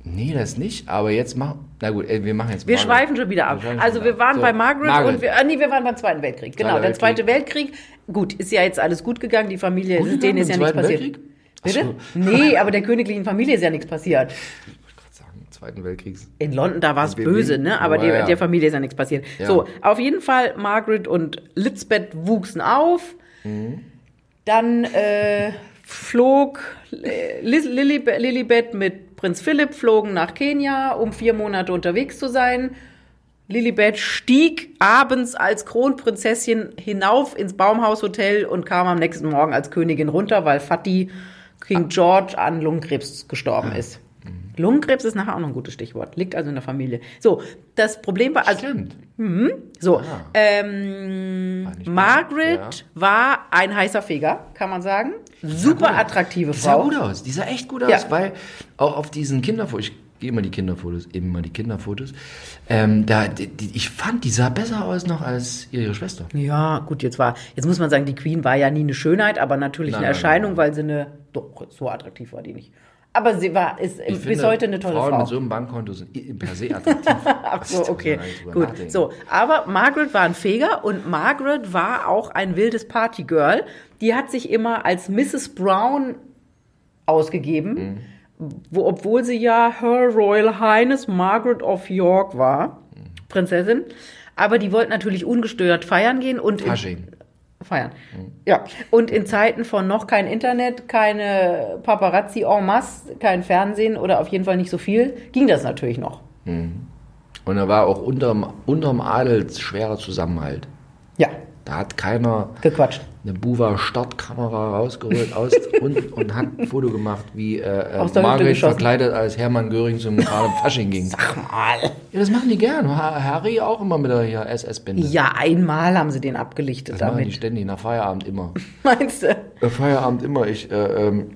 [SPEAKER 2] Nee, das nicht, aber jetzt machen. Na gut, ey, wir machen jetzt.
[SPEAKER 1] Wir
[SPEAKER 2] Margaret.
[SPEAKER 1] schweifen schon wieder ab.
[SPEAKER 2] Wir schweifen
[SPEAKER 1] Also
[SPEAKER 2] schon
[SPEAKER 1] wir
[SPEAKER 2] wieder ab.
[SPEAKER 1] waren
[SPEAKER 2] So,
[SPEAKER 1] bei Margaret, und wir,
[SPEAKER 2] Margaret.
[SPEAKER 1] äh, nee, wir waren beim Zweiten Weltkrieg. Genau,
[SPEAKER 2] Zweiter
[SPEAKER 1] der Zweite Weltkrieg. Gut, ist ja jetzt alles gut gegangen. Die Familie,
[SPEAKER 2] Gut
[SPEAKER 1] ist, denen
[SPEAKER 2] gegangen
[SPEAKER 1] ist ja
[SPEAKER 2] im
[SPEAKER 1] nichts
[SPEAKER 2] Zweiten
[SPEAKER 1] passiert.
[SPEAKER 2] Weltkrieg?
[SPEAKER 1] Bitte?
[SPEAKER 2] Ach
[SPEAKER 1] Nee, aber der königlichen Familie ist ja nichts passiert.
[SPEAKER 2] Gott sagen, Zweiten Weltkriegs.
[SPEAKER 1] In London, da war es
[SPEAKER 2] Wir-
[SPEAKER 1] böse,
[SPEAKER 2] wir-
[SPEAKER 1] ne? Aber
[SPEAKER 2] Oh,
[SPEAKER 1] der,
[SPEAKER 2] ja.
[SPEAKER 1] der Familie ist ja nichts passiert.
[SPEAKER 2] Ja.
[SPEAKER 1] So, auf jeden Fall, Margaret und Lisbeth wuchsen auf.
[SPEAKER 2] Mhm.
[SPEAKER 1] Dann äh, flog äh, Lis- Lili- Lilibet mit Prinz Philipp, flogen nach Kenia, um vier Monate unterwegs zu sein. Lilibet stieg abends als Kronprinzessin hinauf ins Baumhaushotel und kam am nächsten Morgen als Königin runter, weil Fatih King George an Lungenkrebs gestorben ist. Lungenkrebs ist nachher auch noch ein gutes Stichwort. Liegt also in der Familie. So, das Problem war, also,
[SPEAKER 2] Stimmt.
[SPEAKER 1] so,
[SPEAKER 2] Ah.
[SPEAKER 1] ähm,
[SPEAKER 2] War nicht
[SPEAKER 1] Margaret war ein heißer Feger, kann man sagen. Super attraktive
[SPEAKER 2] Die sah
[SPEAKER 1] Frau.
[SPEAKER 2] gut aus. Die sah echt gut aus,
[SPEAKER 1] Ja.
[SPEAKER 2] weil auch auf diesen Kinderfotos, ich gehe immer die Kinderfotos, immer die Kinderfotos, ähm, da, die, die, ich fand, die sah besser aus noch als ihre Schwester.
[SPEAKER 1] Ja, gut, jetzt war, jetzt muss man sagen, die Queen war ja nie eine Schönheit, aber natürlich
[SPEAKER 2] Nein,
[SPEAKER 1] eine
[SPEAKER 2] nein,
[SPEAKER 1] Erscheinung, weil sie eine, doch, so attraktiv war die nicht. Aber sie war, ist
[SPEAKER 2] Ich
[SPEAKER 1] bis
[SPEAKER 2] finde,
[SPEAKER 1] heute eine tolle
[SPEAKER 2] Frauen
[SPEAKER 1] Frau.
[SPEAKER 2] mit so einem Bankkonto sind i- per se attraktiv.
[SPEAKER 1] Ach so,
[SPEAKER 2] Da muss
[SPEAKER 1] okay,
[SPEAKER 2] man gar nicht drüber nachdenken.
[SPEAKER 1] gut. So, aber Margaret war ein Feger und Margaret war auch ein wildes Partygirl. Die hat sich immer als Mrs. Brown ausgegeben, wo, obwohl sie ja Her Royal Highness Margaret of York war,
[SPEAKER 2] Mhm.
[SPEAKER 1] Prinzessin. Aber die wollte natürlich ungestört feiern gehen und in-
[SPEAKER 2] Fasching.
[SPEAKER 1] feiern.
[SPEAKER 2] Mhm.
[SPEAKER 1] Ja. Und in Zeiten von noch kein Internet, keine Paparazzi en masse, kein Fernsehen oder auf jeden Fall nicht so viel, ging das natürlich noch.
[SPEAKER 2] Und da war auch unterm, unterm Adel schwerer Zusammenhalt.
[SPEAKER 1] Ja,
[SPEAKER 2] Da hat keiner
[SPEAKER 1] gequatscht.
[SPEAKER 2] eine Buwa-Startkamera rausgeholt aus und, und hat ein Foto gemacht, wie äh,
[SPEAKER 1] Aus
[SPEAKER 2] äh,
[SPEAKER 1] der Hüfte
[SPEAKER 2] Margret
[SPEAKER 1] geschossen.
[SPEAKER 2] verkleidet als Hermann Göring zum Karl Fasching ging.
[SPEAKER 1] Sag mal.
[SPEAKER 2] Ja, das machen die gern. Ha- Harry auch immer mit der hier SS-Binde.
[SPEAKER 1] Ja, einmal haben sie den abgelichtet
[SPEAKER 2] das machen die
[SPEAKER 1] damit.
[SPEAKER 2] ständig nach Feierabend immer.
[SPEAKER 1] Meinst du?
[SPEAKER 2] Äh, Feierabend immer. Ich, äh, ähm,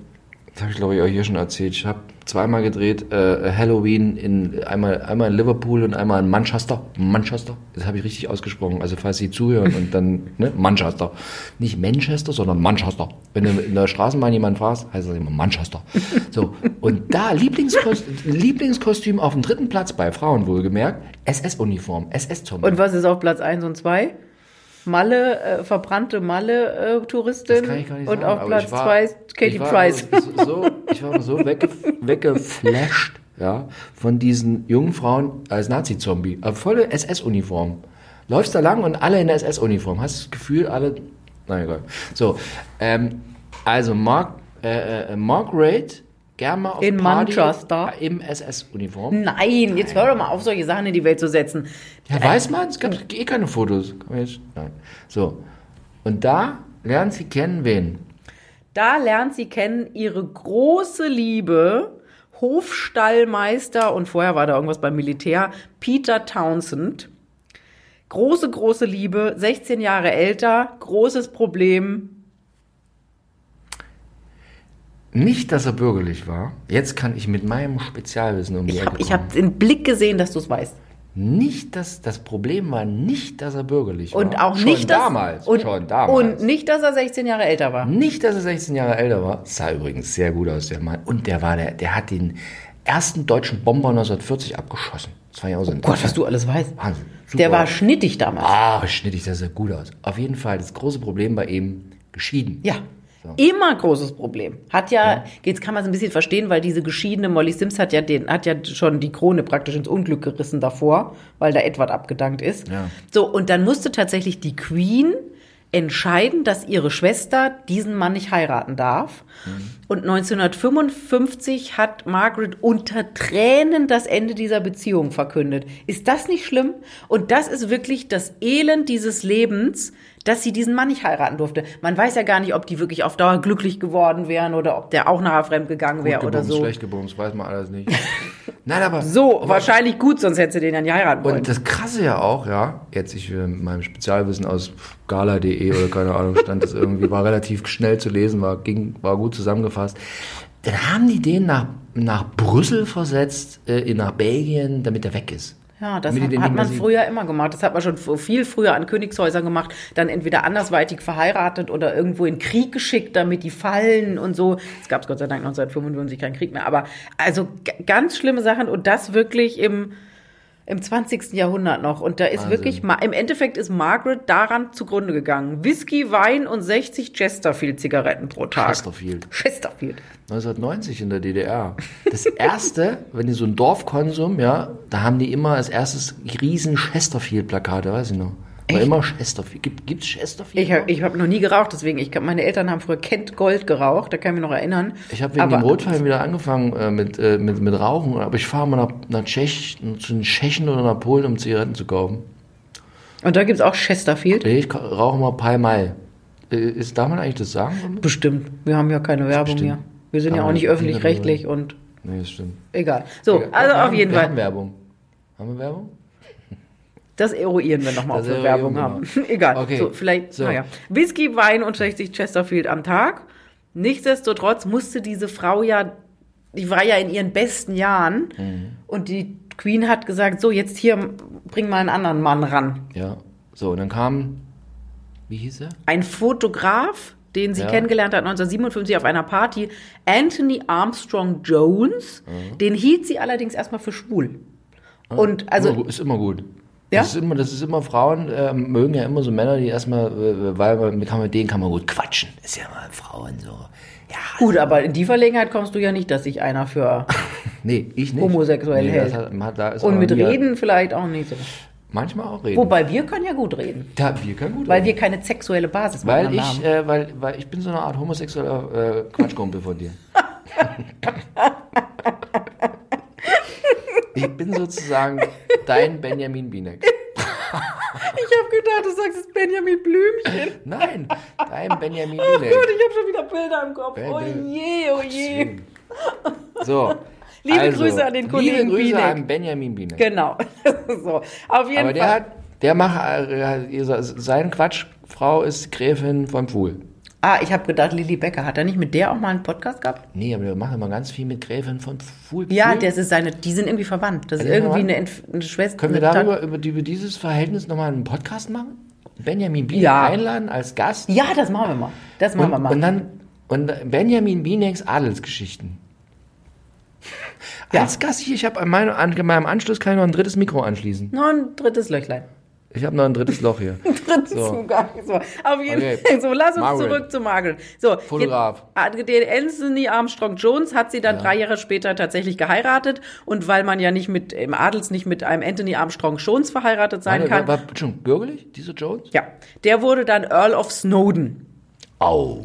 [SPEAKER 2] das habe ich glaube ich auch hier schon erzählt. Ich habe zweimal gedreht, äh, Halloween in einmal, einmal in Liverpool und einmal in Manchester. Manchester, das habe ich richtig ausgesprochen. Also falls Sie zuhören und dann ne, Manchester, nicht Manchester, sondern Manchester. Wenn du in der Straßenbahn jemanden fragst, heißt das immer Manchester. So und da Lieblingskost Lieblingskostüm auf dem dritten Platz bei Frauen wohlgemerkt SS-Uniform, SS-Zombie.
[SPEAKER 1] Und was ist auf Platz 1 und 2? Malle, äh, verbrannte Malle-Touristin.
[SPEAKER 2] Das kann ich gar nicht
[SPEAKER 1] und
[SPEAKER 2] sagen,
[SPEAKER 1] auf
[SPEAKER 2] aber
[SPEAKER 1] Platz
[SPEAKER 2] ich war-
[SPEAKER 1] 2 Katie
[SPEAKER 2] ich war also
[SPEAKER 1] Price.
[SPEAKER 2] So, so, ich war so wegge- weggeflasht ja, von diesen jungen Frauen als Nazi-Zombie. Äh, Volle SS-Uniform. Läufst da lang und alle in der SS-Uniform. Hast das Gefühl, alle. Na egal. So, ähm, also Mark, äh, äh, Margaret, gerne mal auf
[SPEAKER 1] In
[SPEAKER 2] Party
[SPEAKER 1] Manchester.
[SPEAKER 2] Im SS-Uniform.
[SPEAKER 1] Nein, jetzt hör doch mal auf, solche Sachen in die Welt zu setzen.
[SPEAKER 2] Ja, weiß man, es gab eh keine Fotos. Kann man jetzt- Nein. So, und da lernt sie kennen wen?
[SPEAKER 1] Da lernt sie kennen ihre große Liebe, Hofstallmeister und vorher war da irgendwas beim Militär, Peter Townsend. Große, große Liebe, 16 Jahre älter, großes Problem.
[SPEAKER 2] Nicht, dass er bürgerlich war. Jetzt kann ich mit meinem Spezialwissen um die
[SPEAKER 1] Ich
[SPEAKER 2] Ecke
[SPEAKER 1] habe ich
[SPEAKER 2] kommen.
[SPEAKER 1] hab den Blick gesehen, dass du es weißt.
[SPEAKER 2] Nicht, dass das Problem war nicht, dass er bürgerlich
[SPEAKER 1] Und
[SPEAKER 2] war.
[SPEAKER 1] auch
[SPEAKER 2] schon
[SPEAKER 1] nicht, dass,
[SPEAKER 2] damals,
[SPEAKER 1] und,
[SPEAKER 2] schon damals.
[SPEAKER 1] Und nicht, dass er 16 Jahre älter war.
[SPEAKER 2] Nicht, dass er 16 Jahre älter war. Sah übrigens sehr gut aus, der Mann. Und der war der, der hat den ersten deutschen Bomber 1940 abgeschossen. Zwei Jahre sind.
[SPEAKER 1] Oh Gott, was du alles weißt.
[SPEAKER 2] Wahnsinn. Super.
[SPEAKER 1] Der war schnittig damals.
[SPEAKER 2] Ah, schnittig, das sah gut aus. Auf jeden Fall, das große Problem bei ihm, geschieden.
[SPEAKER 1] Ja. Immer großes Problem. Hat ja, jetzt kann man es ein bisschen verstehen, weil diese geschiedene Molly Sims hat ja den, hat ja schon die Krone praktisch ins Unglück gerissen davor, weil da Edward abgedankt ist.
[SPEAKER 2] Ja.
[SPEAKER 1] So, und dann musste tatsächlich die Queen entscheiden, dass ihre Schwester diesen Mann nicht heiraten darf. Und 1955 hat Margaret unter Tränen das Ende dieser Beziehung verkündet. Ist das nicht schlimm? Und das ist wirklich das Elend dieses Lebens, dass sie diesen Mann nicht heiraten durfte. Man weiß ja gar nicht, ob die wirklich auf Dauer glücklich geworden wären oder ob der auch nachher fremd gegangen wäre oder
[SPEAKER 2] gebumst,
[SPEAKER 1] so.
[SPEAKER 2] schlecht gebumst, weiß man alles nicht. Nein, aber.
[SPEAKER 1] So,
[SPEAKER 2] aber-
[SPEAKER 1] wahrscheinlich gut, sonst hätte sie den ja nicht heiraten wollen.
[SPEAKER 2] Und das Krasse ja auch, ja, jetzt ich äh, mit meinem Spezialwissen aus gala.de oder keine Ahnung, stand das irgendwie, war relativ schnell zu lesen, war, ging, war gut zusammengefasst. Dann haben die den nach, nach Brüssel versetzt, äh, in- nach Belgien, damit er weg ist.
[SPEAKER 1] Ja, das
[SPEAKER 2] Damit die
[SPEAKER 1] hat,
[SPEAKER 2] den
[SPEAKER 1] hat
[SPEAKER 2] nicht mehr
[SPEAKER 1] man
[SPEAKER 2] sehen.
[SPEAKER 1] früher immer gemacht. Das hat man schon f- viel früher an Königshäusern gemacht. Dann entweder andersweitig verheiratet oder irgendwo in Krieg geschickt, damit die fallen und so. Es gab Gott sei Dank 1955 keinen Krieg mehr. Aber also g- ganz schlimme Sachen und das wirklich im, im 20. Jahrhundert noch. Und da ist wirklich, Ma- im Endeffekt ist Margaret daran zugrunde gegangen. Whisky, Wein und 60 Chesterfield-Zigaretten pro Tag.
[SPEAKER 2] Chesterfield.
[SPEAKER 1] Chesterfield.
[SPEAKER 2] 1990 in der DDR. Das erste, wenn die so ein Dorfkonsum, ja, da haben die immer als erstes riesen Chesterfield-Plakate, weiß ich noch. War immer Chesterfield. Gibt, gibt's Chesterfield?
[SPEAKER 1] Ich habe ich hab noch nie geraucht, deswegen, ich, kann- meine Eltern haben früher Kent Gold geraucht, da kann ich mich noch erinnern.
[SPEAKER 2] Ich habe wegen
[SPEAKER 1] Aber-
[SPEAKER 2] dem Rotwein wieder angefangen äh, mit, äh, mit, mit Rauchen, aber ich fahre mal nach, nach Tschech, zu den Tschechen oder nach Polen, um Zigaretten zu kaufen.
[SPEAKER 1] Und da gibt es auch Chesterfield?
[SPEAKER 2] Nee, Ich ka- rauche mal Pall Mall. Äh, Ist darf man eigentlich das sagen?
[SPEAKER 1] Bestimmt. Wir haben ja keine Werbung
[SPEAKER 2] Bestimmt.
[SPEAKER 1] hier. Wir sind
[SPEAKER 2] Kann
[SPEAKER 1] ja auch
[SPEAKER 2] man
[SPEAKER 1] nicht
[SPEAKER 2] nicht
[SPEAKER 1] öffentlich-rechtlich und
[SPEAKER 2] Nee, das stimmt.
[SPEAKER 1] egal. So, also
[SPEAKER 2] Wir
[SPEAKER 1] auf
[SPEAKER 2] haben-
[SPEAKER 1] jeden
[SPEAKER 2] wir Haben
[SPEAKER 1] Fall.
[SPEAKER 2] Werbung. Haben wir Werbung?
[SPEAKER 1] Das eruieren wir nochmal, ob
[SPEAKER 2] Das
[SPEAKER 1] wir
[SPEAKER 2] eruieren
[SPEAKER 1] Werbung
[SPEAKER 2] wir
[SPEAKER 1] haben.
[SPEAKER 2] noch.
[SPEAKER 1] egal.
[SPEAKER 2] Okay.
[SPEAKER 1] So, vielleicht,
[SPEAKER 2] So.
[SPEAKER 1] naja. Whisky, Wein und 60 Chesterfield am Tag. Nichtsdestotrotz musste diese Frau ja, die war ja in ihren besten Jahren
[SPEAKER 2] Mhm.
[SPEAKER 1] und die Queen hat gesagt, so jetzt hier, bring mal einen anderen Mann ran.
[SPEAKER 2] Ja. So, und dann kam. Wie hieß er?
[SPEAKER 1] Ein Fotograf, den sie
[SPEAKER 2] Ja.
[SPEAKER 1] kennengelernt hat 1957 auf einer Party, Anthony Armstrong Jones,
[SPEAKER 2] Mhm.
[SPEAKER 1] den hielt sie allerdings erstmal für schwul.
[SPEAKER 2] Ah.
[SPEAKER 1] Und
[SPEAKER 2] immer,
[SPEAKER 1] also,
[SPEAKER 2] gu- ist immer gut.
[SPEAKER 1] Ja?
[SPEAKER 2] Das ist immer, das ist immer Frauen äh, mögen ja immer so Männer, die erstmal, äh, weil man, mit, kann man, mit denen kann man gut quatschen. Ist ja mal Frauen so. Ja,
[SPEAKER 1] gut, aber in die Verlegenheit kommst du ja nicht, dass sich einer für.
[SPEAKER 2] nee, ich nicht.
[SPEAKER 1] Homosexuell
[SPEAKER 2] das
[SPEAKER 1] hält.
[SPEAKER 2] Hat, man hat, da ist
[SPEAKER 1] Und
[SPEAKER 2] man
[SPEAKER 1] mit
[SPEAKER 2] wieder-
[SPEAKER 1] Reden vielleicht auch nicht so.
[SPEAKER 2] Manchmal auch reden.
[SPEAKER 1] Wobei wir können ja gut reden,
[SPEAKER 2] Da, wir können gut
[SPEAKER 1] weil
[SPEAKER 2] reden.
[SPEAKER 1] wir keine sexuelle Basis
[SPEAKER 2] Weil
[SPEAKER 1] miteinander
[SPEAKER 2] ich, äh, weil, weil ich bin so eine Art homosexueller äh, Quatschkumpel von dir. ich bin sozusagen dein Benjamin Binek.
[SPEAKER 1] haben. Ich habe gedacht, du sagst es ist Benjamin Blümchen.
[SPEAKER 2] Nein, dein Benjamin
[SPEAKER 1] Oh Gott, ich
[SPEAKER 2] Binek.
[SPEAKER 1] habe schon wieder Bilder im Kopf.
[SPEAKER 2] Ben-
[SPEAKER 1] Oh je, oh je.
[SPEAKER 2] So. also,
[SPEAKER 1] Liebe Grüße an den Kollegen
[SPEAKER 2] Liebe Grüße
[SPEAKER 1] Binek.
[SPEAKER 2] an Benjamin Binek.
[SPEAKER 1] Genau. so, auf jeden
[SPEAKER 2] Aber
[SPEAKER 1] Fall.
[SPEAKER 2] der hat, der macht, äh, äh, sein Quatschfrau ist Gräfin von Pfuhl.
[SPEAKER 1] Ah, ich habe gedacht, Lilly Becker, hat er nicht mit der auch mal einen Podcast gehabt?
[SPEAKER 2] Nee, aber der macht immer ganz viel mit Gräfin von Pfuhl.
[SPEAKER 1] Ja,
[SPEAKER 2] Pfuhl.
[SPEAKER 1] das ist seine, die sind irgendwie verwandt. Das ist
[SPEAKER 2] Ja.
[SPEAKER 1] irgendwie eine, Entf eine Schwester.
[SPEAKER 2] Können wir
[SPEAKER 1] eine Tan-
[SPEAKER 2] darüber, über, die- über dieses Verhältnis nochmal einen Podcast machen? Benjamin Binek
[SPEAKER 1] Ja.
[SPEAKER 2] einladen als Gast?
[SPEAKER 1] Ja, das machen wir mal. Das machen
[SPEAKER 2] und,
[SPEAKER 1] wir mal.
[SPEAKER 2] und dann und Benjamin Bineks Adelsgeschichten. Als Gast hier, ich habe an, meinem- an meinem Anschluss kann ich noch ein drittes Mikro anschließen.
[SPEAKER 1] Noch ein drittes Löchlein.
[SPEAKER 2] Ich habe noch ein drittes Loch hier.
[SPEAKER 1] Drittes
[SPEAKER 2] So.
[SPEAKER 1] Zugang. So, auf jeden
[SPEAKER 2] Okay.
[SPEAKER 1] Fall. So, lass uns
[SPEAKER 2] Margaret.
[SPEAKER 1] zurück zu Margaret. So,
[SPEAKER 2] Fotograf.
[SPEAKER 1] Jetzt, den Anthony Armstrong Jones hat sie dann
[SPEAKER 2] Ja.
[SPEAKER 1] drei Jahre später tatsächlich geheiratet. Und weil man ja nicht mit, im Adels nicht mit einem Anthony Armstrong Jones verheiratet sein
[SPEAKER 2] Warte,
[SPEAKER 1] kann.
[SPEAKER 2] war, war, Entschuldigung, bürgerlich, dieser Jones?
[SPEAKER 1] Ja, der wurde dann Earl of Snowden.
[SPEAKER 2] Au.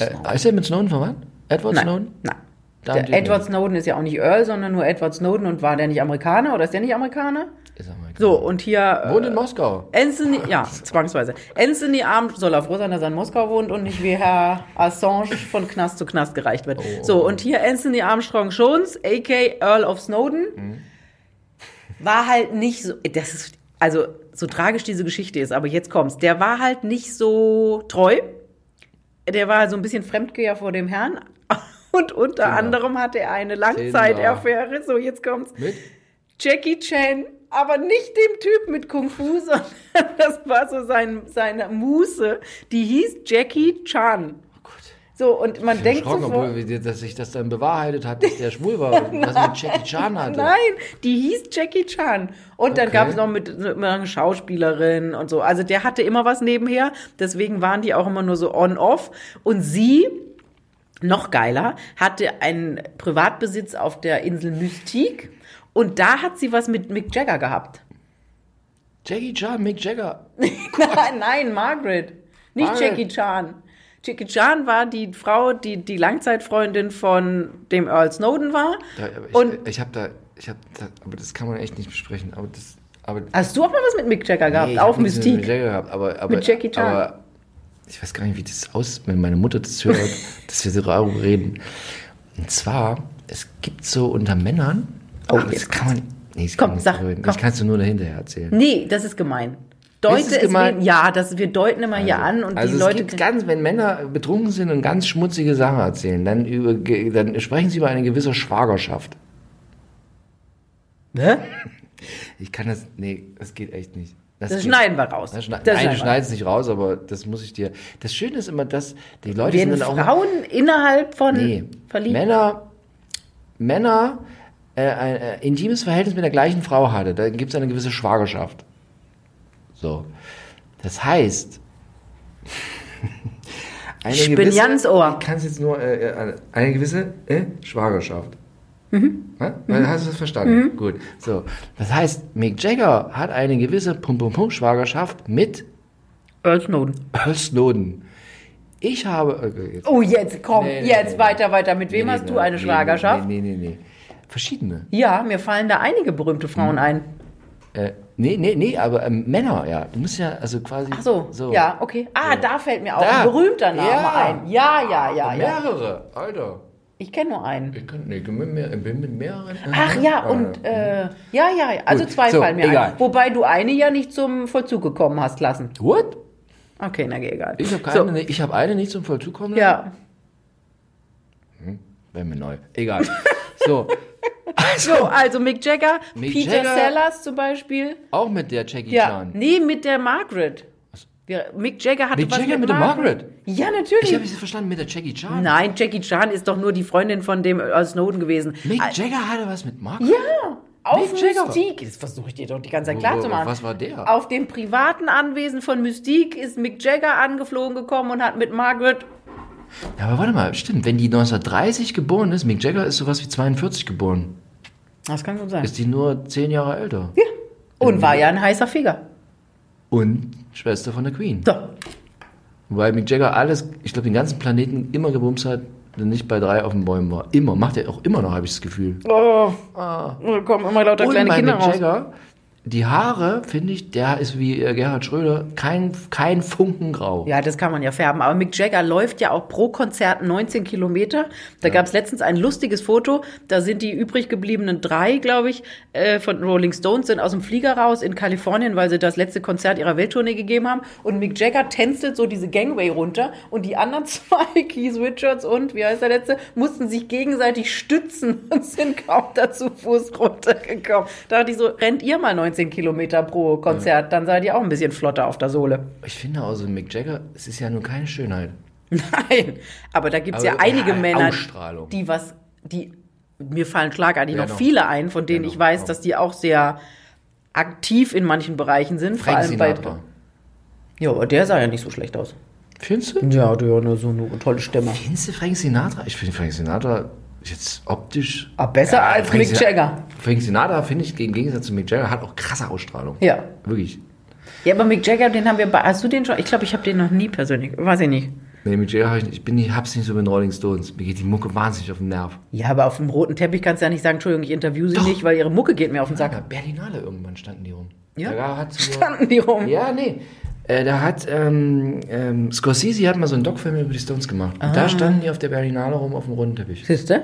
[SPEAKER 2] Äh, ist er mit Snowden verwandt? Edward
[SPEAKER 1] Nein,
[SPEAKER 2] Snowden?
[SPEAKER 1] nein.
[SPEAKER 2] Da
[SPEAKER 1] Der
[SPEAKER 2] natürlich
[SPEAKER 1] Edward Snowden ist ja auch nicht Earl, sondern nur Edward Snowden und war der nicht Amerikaner oder ist der nicht Amerikaner?
[SPEAKER 2] Ist er mal
[SPEAKER 1] So, und hier. äh,
[SPEAKER 2] Wohnt in Moskau.
[SPEAKER 1] Anthony, ja, zwangsweise. Anthony Arm soll auf Russland, dass er in Moskau wohnt und nicht wie Herr Assange von Knast zu Knast gereicht wird. So, und hier Anthony Armstrong Jones, a.k. Earl of Snowden, war halt nicht so, das ist, also so tragisch diese Geschichte ist, aber jetzt kommt's, der war halt nicht so treu, der war so ein bisschen Fremdgeher vor dem Herrn und unter anderem hatte er eine Langzeitaffäre, so jetzt kommt's,
[SPEAKER 2] Mit?
[SPEAKER 1] Jackie Chan, aber nicht dem Typ mit Kung Fu, sondern das war so sein, seine Muße. Die hieß Jackie Chan.
[SPEAKER 2] Oh Gott.
[SPEAKER 1] So, und man denkt
[SPEAKER 2] Erschrocken, obwohl,
[SPEAKER 1] sofort,
[SPEAKER 2] wir dir- dass sich das dann bewahrheitet hat, dass der schwul war, und was mit Jackie Chan hatte.
[SPEAKER 1] nein, die hieß Jackie Chan. Und dann
[SPEAKER 2] Okay.
[SPEAKER 1] gab es noch mit, mit einer Schauspielerin und so. Also der hatte immer was nebenher, deswegen waren die auch immer nur so on-off. Und sie, noch geiler, hatte einen Privatbesitz auf der Insel Mystique. Und da hat sie was mit Mick Jagger gehabt.
[SPEAKER 2] Jackie Chan, Mick Jagger.
[SPEAKER 1] Nein, nein, Margaret. Nicht
[SPEAKER 2] Margaret.
[SPEAKER 1] Jackie Chan. Jackie Chan war die Frau, die die Langzeitfreundin von dem Earl Snowden war.
[SPEAKER 2] Da, aber ich äh,
[SPEAKER 1] Und-
[SPEAKER 2] ich habe da, ich habe da, aber das kann man echt nicht besprechen. Aber das, aber
[SPEAKER 1] Hast du auch mal was mit Mick Jagger gehabt?
[SPEAKER 2] ich
[SPEAKER 1] auch
[SPEAKER 2] hab nichts mit Mick
[SPEAKER 1] Mystique.
[SPEAKER 2] Jagger gehabt, aber, aber,
[SPEAKER 1] Mit Jackie Chan.
[SPEAKER 2] Aber ich weiß gar nicht, wie das aus, wenn meine Mutter das hört, dass wir so darüber reden. Und zwar, es gibt so unter Männern,
[SPEAKER 1] Oh,
[SPEAKER 2] aber das
[SPEAKER 1] jetzt
[SPEAKER 2] kann man, nee, das
[SPEAKER 1] Komm,
[SPEAKER 2] kann man nicht
[SPEAKER 1] sag,
[SPEAKER 2] darüber reden.
[SPEAKER 1] komm.
[SPEAKER 2] das kannst du nur dahinterher erzählen.
[SPEAKER 1] Nee, das ist gemein. Deute
[SPEAKER 2] Ist
[SPEAKER 1] ist
[SPEAKER 2] es gemein?
[SPEAKER 1] wen- ja, das, wir deuten immer hier an und
[SPEAKER 2] also
[SPEAKER 1] die
[SPEAKER 2] es
[SPEAKER 1] Leute.
[SPEAKER 2] gibt ganz, wenn Männer betrunken sind und ganz schmutzige Sachen erzählen, dann, über, ge- dann sprechen sie über eine gewisse Schwagerschaft.
[SPEAKER 1] Hä?
[SPEAKER 2] Ich kann das, nee, das geht echt nicht.
[SPEAKER 1] Das
[SPEAKER 2] geht-
[SPEAKER 1] schneiden wir raus.
[SPEAKER 2] Das schneid,
[SPEAKER 1] Das
[SPEAKER 2] nein,
[SPEAKER 1] schneiden
[SPEAKER 2] du
[SPEAKER 1] wir.
[SPEAKER 2] schneidest nicht raus, aber das muss ich dir. Das Schöne ist immer, dass die Leute
[SPEAKER 1] Werden
[SPEAKER 2] sind dann auch
[SPEAKER 1] Frauen innerhalb von
[SPEAKER 2] nee,
[SPEAKER 1] verliebt?
[SPEAKER 2] Männer, Männer äh, ein äh, intimes Verhältnis mit der gleichen Frau hatte, dann gibt es eine gewisse Schwagerschaft. So. Das heißt. Eine
[SPEAKER 1] Ich bin ganz Ohr.
[SPEAKER 2] Ich kann es jetzt nur. Äh, äh, eine gewisse äh, Schwagerschaft. Ja? Weil, Hast du das verstanden? Gut. So. Das heißt, Mick Jagger hat eine gewisse Pum-Pum-Pum-Schwagerschaft mit
[SPEAKER 1] Earl Snowden.
[SPEAKER 2] Earl Snowden. Ich habe. Okay, jetzt.
[SPEAKER 1] Oh, jetzt komm,
[SPEAKER 2] Nee, nee,
[SPEAKER 1] jetzt
[SPEAKER 2] nee,
[SPEAKER 1] weiter, weiter. Mit wem
[SPEAKER 2] Nee,
[SPEAKER 1] hast
[SPEAKER 2] nee,
[SPEAKER 1] du
[SPEAKER 2] nee,
[SPEAKER 1] eine
[SPEAKER 2] nee,
[SPEAKER 1] Schwagerschaft?
[SPEAKER 2] Nee, nee, nee, nee. Verschiedene.
[SPEAKER 1] Ja, mir fallen da einige berühmte Frauen
[SPEAKER 2] Hm.
[SPEAKER 1] ein.
[SPEAKER 2] Äh, nee, nee, nee, aber ähm, Männer, ja. Du musst ja, also quasi.
[SPEAKER 1] Ach so, ja, okay. Ah, da fällt mir auch
[SPEAKER 2] Da.
[SPEAKER 1] ein berühmter Name
[SPEAKER 2] Ja.
[SPEAKER 1] ein. Ja, ja, ja, ja.
[SPEAKER 2] Mehrere, Alter.
[SPEAKER 1] Ich kenne nur einen.
[SPEAKER 2] Ich kann, nee, ich bin mit, mehr, ich bin mit mehreren.
[SPEAKER 1] Ach ja, und äh, ja, ja, ja. also
[SPEAKER 2] Gut,
[SPEAKER 1] zwei
[SPEAKER 2] so,
[SPEAKER 1] fallen mir
[SPEAKER 2] egal.
[SPEAKER 1] ein. Wobei du eine ja nicht zum Vollzug gekommen hast lassen.
[SPEAKER 2] What?
[SPEAKER 1] Okay, na geh, egal.
[SPEAKER 2] Ich habe
[SPEAKER 1] So,
[SPEAKER 2] keine, ich habe eine nicht zum Vollzug kommen lassen.
[SPEAKER 1] ja.
[SPEAKER 2] Wäre mir neu. Egal. so,
[SPEAKER 1] So, also Mick Jagger,
[SPEAKER 2] Mick
[SPEAKER 1] Peter
[SPEAKER 2] Jagger.
[SPEAKER 1] Sellers zum Beispiel.
[SPEAKER 2] auch mit der Jackie
[SPEAKER 1] Ja,
[SPEAKER 2] Chan.
[SPEAKER 1] nee, mit der Margaret. Wir- Mick Jagger hatte
[SPEAKER 2] Mick
[SPEAKER 1] was mit,
[SPEAKER 2] Jagger
[SPEAKER 1] Hm.
[SPEAKER 2] mit der Margaret?
[SPEAKER 1] Ja,
[SPEAKER 2] Ich
[SPEAKER 1] natürlich.
[SPEAKER 2] habe es verstanden, mit der Jackie Chan.
[SPEAKER 1] Nein, Jackie Chan ist doch nur die Freundin von dem Earl Snowden gewesen.
[SPEAKER 2] Mick Jagger hatte was mit Mark.
[SPEAKER 1] Ja, auf
[SPEAKER 2] Mick Jagger.
[SPEAKER 1] Mystique. Das versuche ich dir doch die ganze Zeit
[SPEAKER 2] Wo-
[SPEAKER 1] klar
[SPEAKER 2] wo-
[SPEAKER 1] zu machen.
[SPEAKER 2] was war der?
[SPEAKER 1] Auf dem privaten Anwesen von Mystique ist Mick Jagger angeflogen gekommen und hat mit Margaret.
[SPEAKER 2] Ja, aber warte mal, stimmt, wenn die 1930 geboren ist, Mick Jagger ist sowas wie 42 geboren.
[SPEAKER 1] Das kann schon sein.
[SPEAKER 2] Ist die nur 10 Jahre älter.
[SPEAKER 1] Ja.
[SPEAKER 2] Äh,
[SPEAKER 1] Und war ja ein heißer Feger.
[SPEAKER 2] Und Schwester von der Queen.
[SPEAKER 1] So.
[SPEAKER 2] Weil Mick Jagger alles, ich glaube, den ganzen Planeten immer gebumst hat, der nicht bei drei auf den Bäumen war. Immer, macht er auch immer noch, habe ich das Gefühl.
[SPEAKER 1] Oh, da kommen immer lauter
[SPEAKER 2] Und
[SPEAKER 1] kleine
[SPEAKER 2] bei
[SPEAKER 1] Kinder
[SPEAKER 2] Mick
[SPEAKER 1] raus.
[SPEAKER 2] Jagger, die Haare, finde ich, der ist wie äh, Gerhard Schröder, kein, kein Funken grau.
[SPEAKER 1] Ja, das kann man ja färben. Aber Mick Jagger läuft ja auch pro Konzert 19 Kilometer. Da gab's letztens ein lustiges Foto. Da sind die übrig gebliebenen drei, glaube ich, äh, von Rolling Stones, sind aus dem Flieger raus in Kalifornien, weil sie das letzte Konzert ihrer Welttournee gegeben haben. Und Mick Jagger tänzelt so diese Gangway runter. Und die anderen zwei, Keith Richards und, wie heißt der letzte, mussten sich gegenseitig stützen und sind kaum dazu Fuß runtergekommen. Da dachte ich so, rennt ihr mal 19 Kilometer pro Konzert, dann seid ihr auch ein bisschen flotter auf der Sohle.
[SPEAKER 2] Ich finde also, Mick Jagger, es ist ja nur keine Schönheit.
[SPEAKER 1] Nein, aber da gibt es
[SPEAKER 2] Aber
[SPEAKER 1] ja einige
[SPEAKER 2] eine
[SPEAKER 1] Männer,
[SPEAKER 2] Ausstrahlung.
[SPEAKER 1] die was, die mir fallen schlagartig
[SPEAKER 2] Ja,
[SPEAKER 1] noch
[SPEAKER 2] noch.
[SPEAKER 1] viele ein, von denen
[SPEAKER 2] Ja,
[SPEAKER 1] ich
[SPEAKER 2] noch,
[SPEAKER 1] weiß,
[SPEAKER 2] noch.
[SPEAKER 1] dass die auch sehr aktiv in manchen Bereichen sind, vor
[SPEAKER 2] Frank
[SPEAKER 1] allem bei.
[SPEAKER 2] Sinatra.
[SPEAKER 1] Ja, aber der sah ja nicht so schlecht aus.
[SPEAKER 2] Findest du?
[SPEAKER 1] Ja, der hat ja so eine tolle Stimme.
[SPEAKER 2] Findest du Frank Sinatra? Ich finde Frank Sinatra jetzt optisch.
[SPEAKER 1] Ah, besser als
[SPEAKER 2] Frank
[SPEAKER 1] Mick
[SPEAKER 2] Sina-
[SPEAKER 1] Jagger.
[SPEAKER 2] Frank Sinatra, finde ich, im Gegensatz zu Mick Jagger, hat auch krasse Ausstrahlung.
[SPEAKER 1] Ja.
[SPEAKER 2] Wirklich.
[SPEAKER 1] Ja, aber Mick Jagger, den haben wir bei. Hast du den schon? Ich glaube, ich habe den noch nie persönlich. Weiß ich nicht.
[SPEAKER 2] Nee, Mick Jagger, hab ich, nicht- ich bin nicht, hab's nicht so mit den Rolling Stones. Mir geht die Mucke wahnsinnig auf den Nerv.
[SPEAKER 1] Ja, aber auf dem roten Teppich kannst du ja nicht sagen, Entschuldigung, ich interview sie nicht, weil ihre Mucke geht mir auf den Sack.
[SPEAKER 2] Berlinale irgendwann standen die rum.
[SPEAKER 1] Ja.
[SPEAKER 2] Da hat
[SPEAKER 1] Standen die rum.
[SPEAKER 2] Ja, nee. Äh, da hat ähm, ähm, Scorsese hat mal so einen Doc-Film über die Stones gemacht. Und da standen die auf der Berlinale rum auf dem roten Teppich.
[SPEAKER 1] Siehste?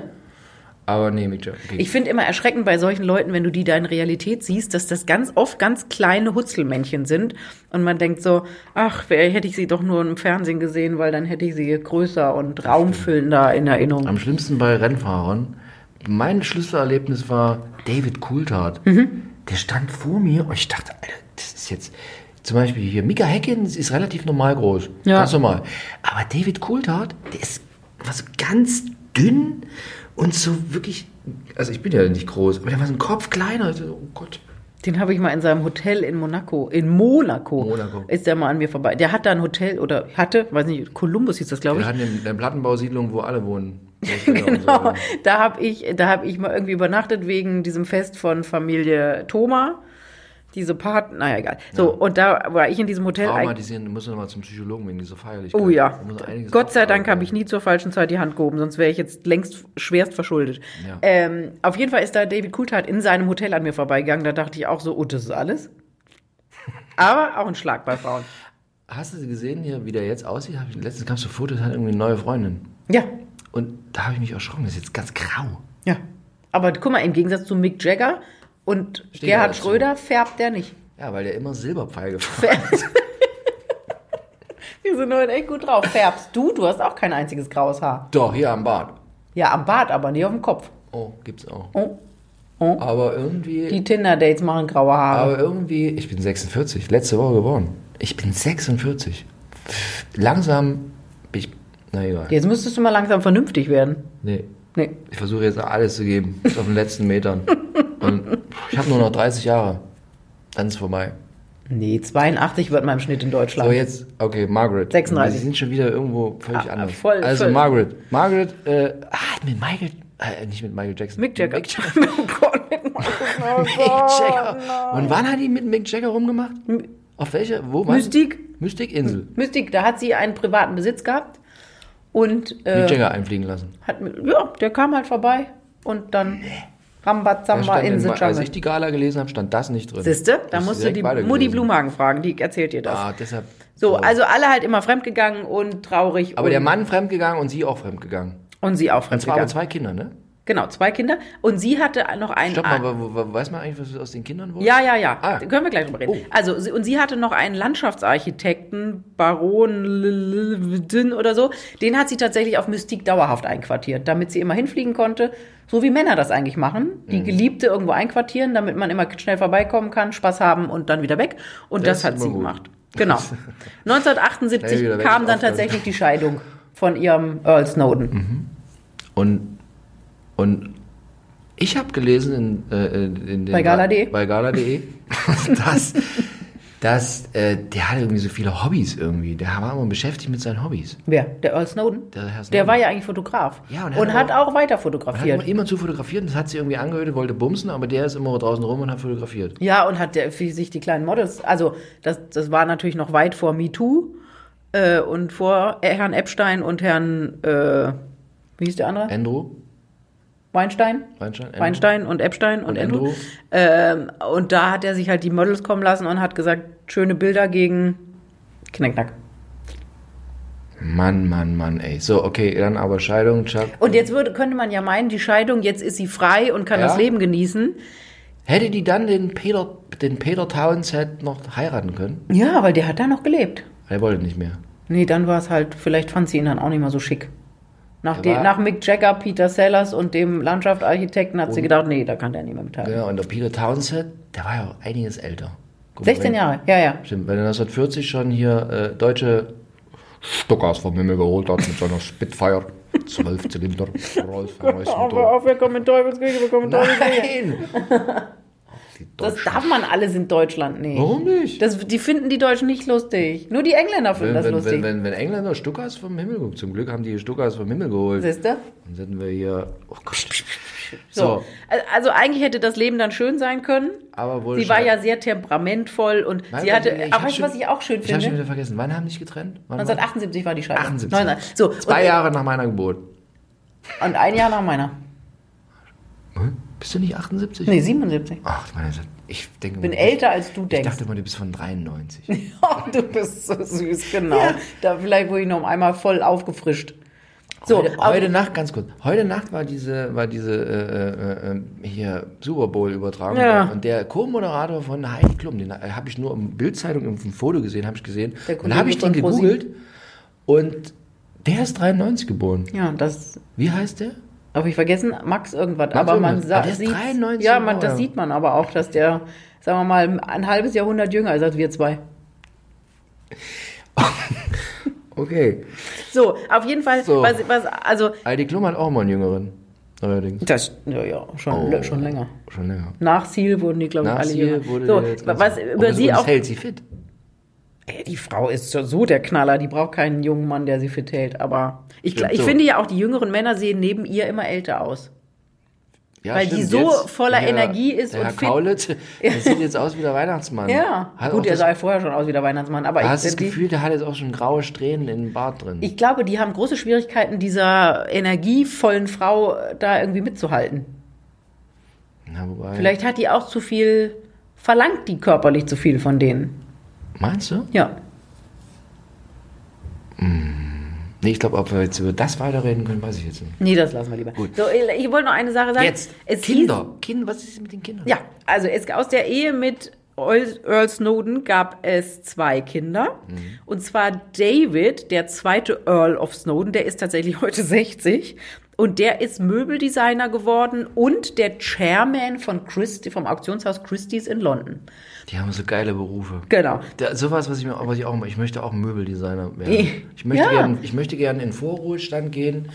[SPEAKER 2] Aber nee, Mick Jagger. ging.
[SPEAKER 1] Ich finde immer erschreckend bei solchen Leuten, wenn du die da in Realität siehst, dass das ganz oft ganz kleine Hutzelmännchen sind. Und man denkt so, ach, wär- hätte ich sie doch nur im Fernsehen gesehen, weil dann hätte ich sie größer und raumfüllender in Erinnerung.
[SPEAKER 2] Am schlimmsten bei Rennfahrern. Mein Schlüsselerlebnis war David Coulthard.
[SPEAKER 1] Mhm.
[SPEAKER 2] Der stand vor mir und ich dachte, Alter, das ist jetzt. Zum Beispiel hier, Mika Häkkins ist relativ normal groß.
[SPEAKER 1] Ja.
[SPEAKER 2] Ganz normal. Aber David Coulthard, der ist war so ganz dünn und so wirklich. Also ich bin ja nicht groß, aber der war so ein Kopf kleiner. Ich so, oh Gott.
[SPEAKER 1] Den habe ich mal in seinem Hotel in Monaco, in Monaco,
[SPEAKER 2] Monaco.
[SPEAKER 1] ist der mal an mir vorbei. Der hat da ein Hotel oder hatte, weiß nicht, Columbus hieß das, glaube ich.
[SPEAKER 2] Wir hatten in der Plattenbausiedlung, wo also alle wohnen.
[SPEAKER 1] genau. Da habe ich, da habe ich mal irgendwie übernachtet wegen diesem Fest von Familie Thoma. Diese Part, naja, egal. So, und da war ich in diesem Hotel. eigentlich-
[SPEAKER 2] Traumatisieren, muss nochmal zum Psychologen wegen dieser Feierlichkeit.
[SPEAKER 1] Genau. Oh ja.
[SPEAKER 2] Äh, Da muss er einiges
[SPEAKER 1] Gott sei Dank
[SPEAKER 2] abtragen.
[SPEAKER 1] habe ich nie zur falschen Zeit die Hand gehoben, sonst wäre ich jetzt längst schwerst verschuldet.
[SPEAKER 2] Ja.
[SPEAKER 1] Ähm, auf jeden Fall ist da David Coulthard in seinem Hotel an mir vorbeigegangen. Da dachte ich auch so, oh, das ist alles. Aber auch ein Schlag bei Frauen.
[SPEAKER 2] Hast du sie gesehen hier, wie der jetzt aussieht? Hab ich, letztens kamst du Fotos, hat irgendwie eine neue Freundin.
[SPEAKER 1] Ja,
[SPEAKER 2] Und da habe ich mich erschrocken, das ist jetzt ganz grau.
[SPEAKER 1] ja. Aber guck mal, im Gegensatz zu Mick Jagger und
[SPEAKER 2] Steht er
[SPEAKER 1] Gerhard
[SPEAKER 2] dazu.
[SPEAKER 1] Schröder färbt der nicht.
[SPEAKER 2] Ja, weil der immer Silberpfeil gefahren
[SPEAKER 1] Wir sind heute echt gut drauf. Färbst du? Du hast auch kein einziges graues Haar.
[SPEAKER 2] Doch, hier am Bad.
[SPEAKER 1] Ja, am Bart, aber nicht auf dem Kopf.
[SPEAKER 2] Oh, gibt's auch.
[SPEAKER 1] Oh,
[SPEAKER 2] Aber irgendwie,
[SPEAKER 1] die Tinder-Dates machen graue Haare.
[SPEAKER 2] aber irgendwie, ich bin 46, letzte Woche geboren. Ich bin 46. Pff, Langsam, bin ich, na egal.
[SPEAKER 1] Jetzt müsstest du mal langsam vernünftig werden.
[SPEAKER 2] Nee,
[SPEAKER 1] Nee.
[SPEAKER 2] ich versuche jetzt alles zu geben, bis auf den letzten Metern. Und ich habe nur noch 30 Jahre. Dann ist vorbei.
[SPEAKER 1] Nee, 82 wird man im Schnitt in Deutschland.
[SPEAKER 2] So, jetzt, okay, Margaret.
[SPEAKER 1] 36.
[SPEAKER 2] Sie sind schon wieder irgendwo völlig
[SPEAKER 1] Ah,
[SPEAKER 2] anders.
[SPEAKER 1] voll,
[SPEAKER 2] also,
[SPEAKER 1] voll.
[SPEAKER 2] Margaret. Margaret, äh, hat mit Michael, äh, nicht mit Michael Jackson.
[SPEAKER 1] Mick Jagger.
[SPEAKER 2] Mick Jagger.
[SPEAKER 1] oh Gott, Mick Jagger.
[SPEAKER 2] Mick Jagger. Und wann hat die mit Mick Jagger rumgemacht? Auf welcher, wo war
[SPEAKER 1] Mystik.
[SPEAKER 2] Mystikinsel.
[SPEAKER 1] Mystik, da hat sie einen privaten Besitz gehabt und
[SPEAKER 2] Mick
[SPEAKER 1] äh,
[SPEAKER 2] Jagger einfliegen lassen.
[SPEAKER 1] hat, mit- ja, der kam halt vorbei und dann
[SPEAKER 2] Da
[SPEAKER 1] Rambazamba
[SPEAKER 2] stand
[SPEAKER 1] in the
[SPEAKER 2] in, als
[SPEAKER 1] Jungle.
[SPEAKER 2] ich die Gala gelesen habe, stand das nicht drin.
[SPEAKER 1] Siehste, da
[SPEAKER 2] Das ist
[SPEAKER 1] musst du
[SPEAKER 2] direkt
[SPEAKER 1] die
[SPEAKER 2] weitergelesen.
[SPEAKER 1] Mutti Blumhagen fragen, die erzählt dir das.
[SPEAKER 2] Ah, deshalb.
[SPEAKER 1] So,
[SPEAKER 2] Oh.
[SPEAKER 1] also alle halt immer fremdgegangen und traurig
[SPEAKER 2] Aber
[SPEAKER 1] und,
[SPEAKER 2] der Mann fremdgegangen und sie auch fremdgegangen.
[SPEAKER 1] und sie auch
[SPEAKER 2] Und zwar
[SPEAKER 1] fremdgegangen.
[SPEAKER 2] aber zwei Kinder, ne?
[SPEAKER 1] Genau, zwei Kinder und sie hatte noch einen
[SPEAKER 2] Stopp mal, aber wo, wo, weiß man eigentlich, was aus den Kindern wurde?
[SPEAKER 1] Ah. Ja, ja, ja.
[SPEAKER 2] Ah.
[SPEAKER 1] Da Können wir gleich drüber reden.
[SPEAKER 2] Oh.
[SPEAKER 1] Also, sie, und sie hatte noch einen Landschaftsarchitekten, Baron Lilden oder so. Den hat sie tatsächlich auf Mystik dauerhaft einquartiert, damit sie immer hinfliegen konnte. So wie Männer das eigentlich machen. Die
[SPEAKER 2] Mhm.
[SPEAKER 1] Geliebte irgendwo einquartieren, damit man immer schnell vorbeikommen kann, Spaß haben und dann wieder weg. Und das,
[SPEAKER 2] Das ist
[SPEAKER 1] hat
[SPEAKER 2] immer
[SPEAKER 1] sie
[SPEAKER 2] gut.
[SPEAKER 1] gemacht. Genau.
[SPEAKER 2] Schnell wieder
[SPEAKER 1] 1978
[SPEAKER 2] weg,
[SPEAKER 1] kam dann
[SPEAKER 2] aufhören.
[SPEAKER 1] tatsächlich die Scheidung von ihrem Earl Snowden.
[SPEAKER 2] Mhm. Und, und ich habe gelesen in, äh, in, in den
[SPEAKER 1] Bei Gala.de?
[SPEAKER 2] bei Gala.de, dass, dass äh, der hatte irgendwie so viele Hobbys irgendwie. Der war immer beschäftigt mit seinen Hobbys.
[SPEAKER 1] Wer? Der Earl Snowden?
[SPEAKER 2] Der Herr
[SPEAKER 1] Der
[SPEAKER 2] Snowden.
[SPEAKER 1] war ja eigentlich Fotograf.
[SPEAKER 2] Ja, und
[SPEAKER 1] und
[SPEAKER 2] hat
[SPEAKER 1] hat, auch, weiter
[SPEAKER 2] Er hat immer,
[SPEAKER 1] fotografiert.
[SPEAKER 2] immer zu fotografieren, das hat sie irgendwie angehört, wollte bumsen, aber der ist immer draußen rum und hat fotografiert.
[SPEAKER 1] Ja, und hat der, für sich die kleinen Models, also das, das war natürlich noch weit vor MeToo äh, und vor Herrn Epstein und Herrn, äh, wie hieß der andere?
[SPEAKER 2] Andrew?
[SPEAKER 1] Weinstein?
[SPEAKER 2] Weinstein? Andrew?
[SPEAKER 1] Weinstein und Epstein und,
[SPEAKER 2] Und
[SPEAKER 1] Andrew.
[SPEAKER 2] Andrew?
[SPEAKER 1] Ähm, und da hat er sich halt die Models kommen lassen und hat gesagt, schöne Bilder gegen Knickknack.
[SPEAKER 2] Mann, Mann, Mann, ey. So, okay, dann aber Scheidung, Chuck.
[SPEAKER 1] Und jetzt würde, könnte man ja meinen, die Scheidung, jetzt ist sie frei und kann
[SPEAKER 2] Ja.
[SPEAKER 1] das Leben genießen.
[SPEAKER 2] Hätte die dann den Peter, den Peter Townsend noch heiraten können?
[SPEAKER 1] Ja, weil der hat da noch gelebt.
[SPEAKER 2] Er wollte nicht mehr.
[SPEAKER 1] Nee, dann war es halt, vielleicht fand sie ihn dann auch nicht mehr so schick. Nach,
[SPEAKER 2] Er
[SPEAKER 1] dem-
[SPEAKER 2] war-
[SPEAKER 1] nach Mick Jagger, Peter Sellers und dem Landschaftsarchitekten hat sie gedacht, nee, da kann der nicht mehr mithalten.
[SPEAKER 2] Ja, und der Peter Townsend, der war ja auch einiges älter. Guck mal,
[SPEAKER 1] 16
[SPEAKER 2] wenn-
[SPEAKER 1] Jahre, ja, ja.
[SPEAKER 2] Stimmt, weil er 1940 schon hier äh, deutsche Stuckers vom Himmel geholt hat mit seiner Spitfire. Zwölfzylinder, Rolls Royce Motor.
[SPEAKER 1] wir kommen in Teufelsküche, wir kommen in
[SPEAKER 2] Nein! Die
[SPEAKER 1] Das
[SPEAKER 2] Deutschen.
[SPEAKER 1] darf man alles in Deutschland nicht.
[SPEAKER 2] Warum nicht?
[SPEAKER 1] Das, die finden die Deutschen nicht lustig. Nur die Engländer finden
[SPEAKER 2] Wenn,
[SPEAKER 1] das
[SPEAKER 2] wenn,
[SPEAKER 1] lustig.
[SPEAKER 2] wenn, wenn, wenn Engländer Stuckers vom Himmel geholt, zum Glück haben die Stuckers vom Himmel geholt.
[SPEAKER 1] Siehst du?
[SPEAKER 2] Dann hätten wir hier. Oh Gott.
[SPEAKER 1] So.
[SPEAKER 2] So.
[SPEAKER 1] Also eigentlich hätte das Leben dann schön sein können.
[SPEAKER 2] Aber wohl
[SPEAKER 1] Sie war
[SPEAKER 2] schön.
[SPEAKER 1] ja sehr temperamentvoll und
[SPEAKER 2] Nein,
[SPEAKER 1] sie hatte.
[SPEAKER 2] ich- ich
[SPEAKER 1] aber
[SPEAKER 2] hab
[SPEAKER 1] weißt du,
[SPEAKER 2] schon-
[SPEAKER 1] was ich auch schön
[SPEAKER 2] Ich habe schon
[SPEAKER 1] finde?
[SPEAKER 2] wieder vergessen. Wann haben die sich getrennt? Wann war-
[SPEAKER 1] 1978 war die Scheidung.
[SPEAKER 2] 78.
[SPEAKER 1] 19. So,
[SPEAKER 2] Zwei
[SPEAKER 1] und,
[SPEAKER 2] Jahre nach meiner Geburt.
[SPEAKER 1] und ein Jahr nach meiner.
[SPEAKER 2] Bist du nicht 78?
[SPEAKER 1] Nee, 77.
[SPEAKER 2] Ach, meine, ich denke.
[SPEAKER 1] Bin älter, als du
[SPEAKER 2] Ich
[SPEAKER 1] denkst.
[SPEAKER 2] dachte mal, du bist von 93.
[SPEAKER 1] Ja, du bist so süß, genau. Da vielleicht wurde ich noch einmal voll aufgefrischt. So,
[SPEAKER 2] heute,
[SPEAKER 1] aber-
[SPEAKER 2] heute Nacht, ganz kurz. Heute Nacht war diese, war diese äh, äh, äh, hier Super Bowl Übertragung
[SPEAKER 1] Ja.
[SPEAKER 2] und der Co-Moderator von Heidi Klum, den habe ich nur im Bildzeitung im Foto gesehen, habe ich gesehen.
[SPEAKER 1] Der
[SPEAKER 2] Und dann habe ich den
[SPEAKER 1] Kollege von
[SPEAKER 2] gegoogelt und der ist 93 geboren.
[SPEAKER 1] ja, das
[SPEAKER 2] Wie heißt der?
[SPEAKER 1] habe ich vergessen. Max irgendwas. aber man
[SPEAKER 2] irgendwas. Ah,
[SPEAKER 1] sagt,
[SPEAKER 2] der ist 93
[SPEAKER 1] ja, man, das
[SPEAKER 2] Jahre.
[SPEAKER 1] sieht man aber auch, dass der, sagen wir mal, ein halbes Jahrhundert jünger ist als wir zwei.
[SPEAKER 2] Okay.
[SPEAKER 1] So, auf jeden Fall,
[SPEAKER 2] So.
[SPEAKER 1] was, was, also,
[SPEAKER 2] Heidi Klum hat auch mal einen jüngeren. Allerdings. Oh,
[SPEAKER 1] das, ja, ja, schon, schon länger.
[SPEAKER 2] Schon länger.
[SPEAKER 1] Nach Ziel wurden die, glaube ich,
[SPEAKER 2] Nach
[SPEAKER 1] alle
[SPEAKER 2] sie
[SPEAKER 1] jünger.
[SPEAKER 2] wurde
[SPEAKER 1] so,
[SPEAKER 2] der jetzt ganz-
[SPEAKER 1] was
[SPEAKER 2] Aber
[SPEAKER 1] über
[SPEAKER 2] es-
[SPEAKER 1] sie
[SPEAKER 2] und es
[SPEAKER 1] auch.
[SPEAKER 2] hält sie fit.
[SPEAKER 1] Ey, Die Frau ist so, so der Knaller, die braucht keinen jungen Mann, der sie fit hält. Aber ich,
[SPEAKER 2] Stimmt
[SPEAKER 1] ich
[SPEAKER 2] so.
[SPEAKER 1] finde ja auch, die jüngeren Männer sehen neben ihr immer älter aus.
[SPEAKER 2] Ja,
[SPEAKER 1] Weil die so voller Energie ist
[SPEAKER 2] der
[SPEAKER 1] und
[SPEAKER 2] Herr
[SPEAKER 1] fit.
[SPEAKER 2] Kaulitz, der sieht jetzt aus wie der Weihnachtsmann.
[SPEAKER 1] Ja,
[SPEAKER 2] Hm. Hat auch
[SPEAKER 1] gut, der
[SPEAKER 2] das
[SPEAKER 1] sah ja vorher schon aus wie der Weihnachtsmann, aber
[SPEAKER 2] Du
[SPEAKER 1] ich,
[SPEAKER 2] hast das
[SPEAKER 1] die,
[SPEAKER 2] Gefühl, der hat jetzt auch schon graue Strähnen in den Bart drin.
[SPEAKER 1] ich glaube, die haben große Schwierigkeiten, dieser energievollen Frau äh, da irgendwie mitzuhalten.
[SPEAKER 2] Na, wobei,
[SPEAKER 1] Vielleicht hat die auch zu viel, verlangt die körperlich zu viel von denen.
[SPEAKER 2] Meinst du?
[SPEAKER 1] Ja.
[SPEAKER 2] Nee, ich glaube, ob wir jetzt über das weiterreden können, weiß ich jetzt nicht.
[SPEAKER 1] Nee, das lassen wir lieber.
[SPEAKER 2] Gut.
[SPEAKER 1] So, ich wollte noch eine Sache sagen.
[SPEAKER 2] Jetzt,
[SPEAKER 1] Es
[SPEAKER 2] Kinder. Kind, was ist mit den Kindern?
[SPEAKER 1] Ja, also es, aus der Ehe mit Earl, Earl Snowden gab es zwei Kinder.
[SPEAKER 2] Mhm.
[SPEAKER 1] Und zwar David, der zweite Earl of Snowden, der ist tatsächlich heute 60. Und der ist Möbeldesigner geworden und der Chairman von Christi, vom Auktionshaus Christie's in London.
[SPEAKER 2] Die haben so geile Berufe.
[SPEAKER 1] Genau.
[SPEAKER 2] Da, sowas, was ich mir was ich auch ich möchte auch Möbeldesigner werden. Ich möchte
[SPEAKER 1] Ja.
[SPEAKER 2] gerne ich möchte gern in Vorruhestand gehen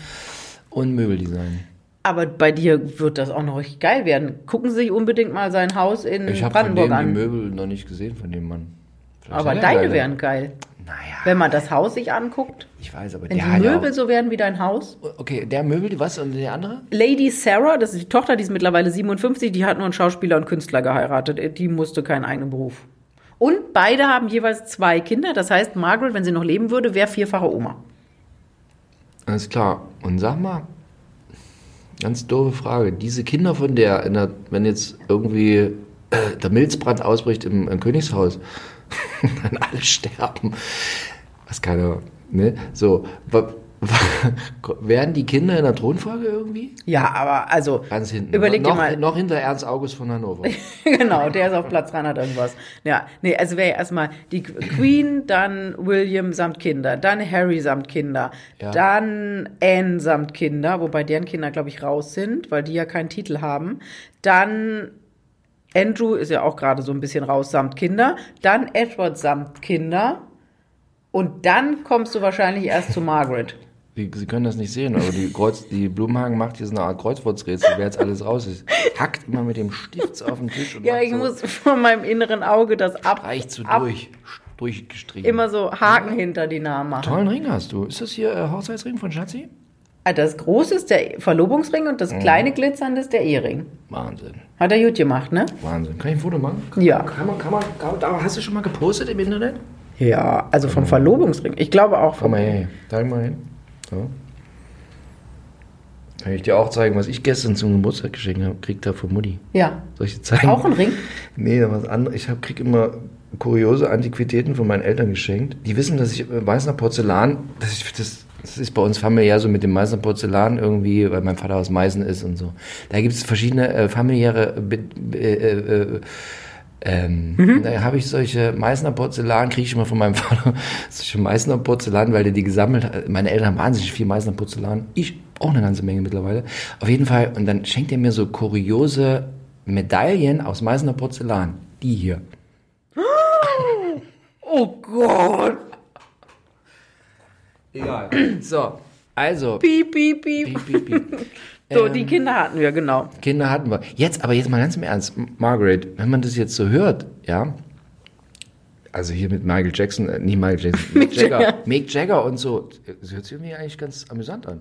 [SPEAKER 2] und Möbeldesign.
[SPEAKER 1] Aber bei dir wird das auch noch richtig geil werden. Gucken Sie sich unbedingt mal sein Haus in
[SPEAKER 2] Ich habe von
[SPEAKER 1] Brandenburg
[SPEAKER 2] dem die
[SPEAKER 1] an.
[SPEAKER 2] Möbel noch nicht gesehen von dem Mann. Vielleicht
[SPEAKER 1] Aber
[SPEAKER 2] hat er
[SPEAKER 1] deine
[SPEAKER 2] geile.
[SPEAKER 1] wären geil.
[SPEAKER 2] Naja,
[SPEAKER 1] Wenn man das Haus sich anguckt,
[SPEAKER 2] ich weiß, aber
[SPEAKER 1] wenn
[SPEAKER 2] der
[SPEAKER 1] die
[SPEAKER 2] hat ja
[SPEAKER 1] Möbel so werden wie dein Haus.
[SPEAKER 2] auch, Okay, der Möbel, was und der andere?
[SPEAKER 1] Lady Sarah, das ist die Tochter, die ist mittlerweile 57, die hat nur einen Schauspieler und Künstler geheiratet. Die musste keinen eigenen Beruf. Und beide haben jeweils zwei Kinder. Das heißt, Margaret, wenn sie noch leben würde, wäre vierfache Oma.
[SPEAKER 2] Alles klar. Und sag mal, ganz doofe Frage. Diese Kinder von der, in der wenn jetzt irgendwie äh, der Milzbrand ausbricht im, im Königshaus, dann alle sterben. Was keiner, ne? So, wa- wa- werden die Kinder in der Thronfolge irgendwie?
[SPEAKER 1] Ja, aber also
[SPEAKER 2] Ganz hinten.
[SPEAKER 1] überleg
[SPEAKER 2] noch,
[SPEAKER 1] dir mal,
[SPEAKER 2] Noch hinter Ernst August von Hannover.
[SPEAKER 1] genau, der ist auf Platz 300 irgendwas. Ja, nee, also wäre ja erstmal die Queen, dann William samt Kinder, dann Harry samt Kinder,
[SPEAKER 2] Ja.
[SPEAKER 1] dann Anne samt Kinder, wobei deren Kinder, glaube ich, raus sind, weil die ja keinen Titel haben. Dann Andrew ist ja auch gerade so ein bisschen raus samt Kinder, dann Edward samt Kinder und dann kommst du wahrscheinlich erst zu Margaret.
[SPEAKER 2] Sie, Sie können das nicht sehen, aber die, Kreuz, die Blumenhagen macht hier so eine Art Kreuzworträtsel, wer jetzt alles raus ist. Hackt immer mit dem Stift auf den Tisch und
[SPEAKER 1] Ja,
[SPEAKER 2] macht
[SPEAKER 1] ich
[SPEAKER 2] so,
[SPEAKER 1] muss von meinem inneren Auge das ab,
[SPEAKER 2] reicht so
[SPEAKER 1] ab
[SPEAKER 2] durch, durchgestrichen.
[SPEAKER 1] immer so Haken hinter die Namen machen.
[SPEAKER 2] Tollen Ring hast du. Ist das hier äh, Hochzeitsring von Schatzi?
[SPEAKER 1] Ah, Das große ist der Verlobungsring und das kleine glitzernde ist der Ehering.
[SPEAKER 2] Wahnsinn,
[SPEAKER 1] Hat er gut gemacht, ne?
[SPEAKER 2] Wahnsinn. Kann ich ein Foto machen?
[SPEAKER 1] Ja.
[SPEAKER 2] Kann man, kann man, kann man, aber hast du schon mal gepostet im Internet?
[SPEAKER 1] Ja, also vom Verlobungsring. Ich glaube auch
[SPEAKER 2] Komm
[SPEAKER 1] vom.
[SPEAKER 2] mal her, zeig mal hin. So. Kann ich dir auch zeigen, was ich gestern zum Geburtstag geschenkt habe, gekriegt habe von Mutti.
[SPEAKER 1] Ja.
[SPEAKER 2] Soll ich dir zeigen?
[SPEAKER 1] Auch ein Ring?
[SPEAKER 2] Nee, was anderes. Ich hab, krieg immer kuriose Antiquitäten von meinen Eltern geschenkt. Die wissen, dass ich äh, Meißner Porzellan, dass ich, das, das ist bei uns familiär so mit dem Meißner Porzellan irgendwie, weil mein Vater aus Meißen ist und so. Da gibt es verschiedene äh, familiäre äh, Be- äh, äh, ähm,
[SPEAKER 1] Mhm.
[SPEAKER 2] Da habe ich solche Meißner Porzellan, kriege ich immer von meinem Vater solche Meißner Porzellan, weil der die gesammelt hat. Meine Eltern haben wahnsinnig viel Meißner Porzellan. Ich auch eine ganze Menge mittlerweile. Auf jeden Fall. Und dann schenkt er mir so kuriose Medaillen aus Meißner Porzellan. Die hier.
[SPEAKER 1] Oh Gott.
[SPEAKER 2] Egal. So, also.
[SPEAKER 1] Piep, piep, piep.
[SPEAKER 2] piep, piep, piep.
[SPEAKER 1] So, die Kinder hatten wir, genau.
[SPEAKER 2] Kinder hatten wir. Jetzt, aber jetzt mal ganz im Ernst, M- Margaret, wenn man das jetzt so hört, ja, also hier mit Michael Jackson, äh, nicht Michael Jackson, Mick Jagger, Mick Jagger und so, das hört sich irgendwie eigentlich ganz amüsant an.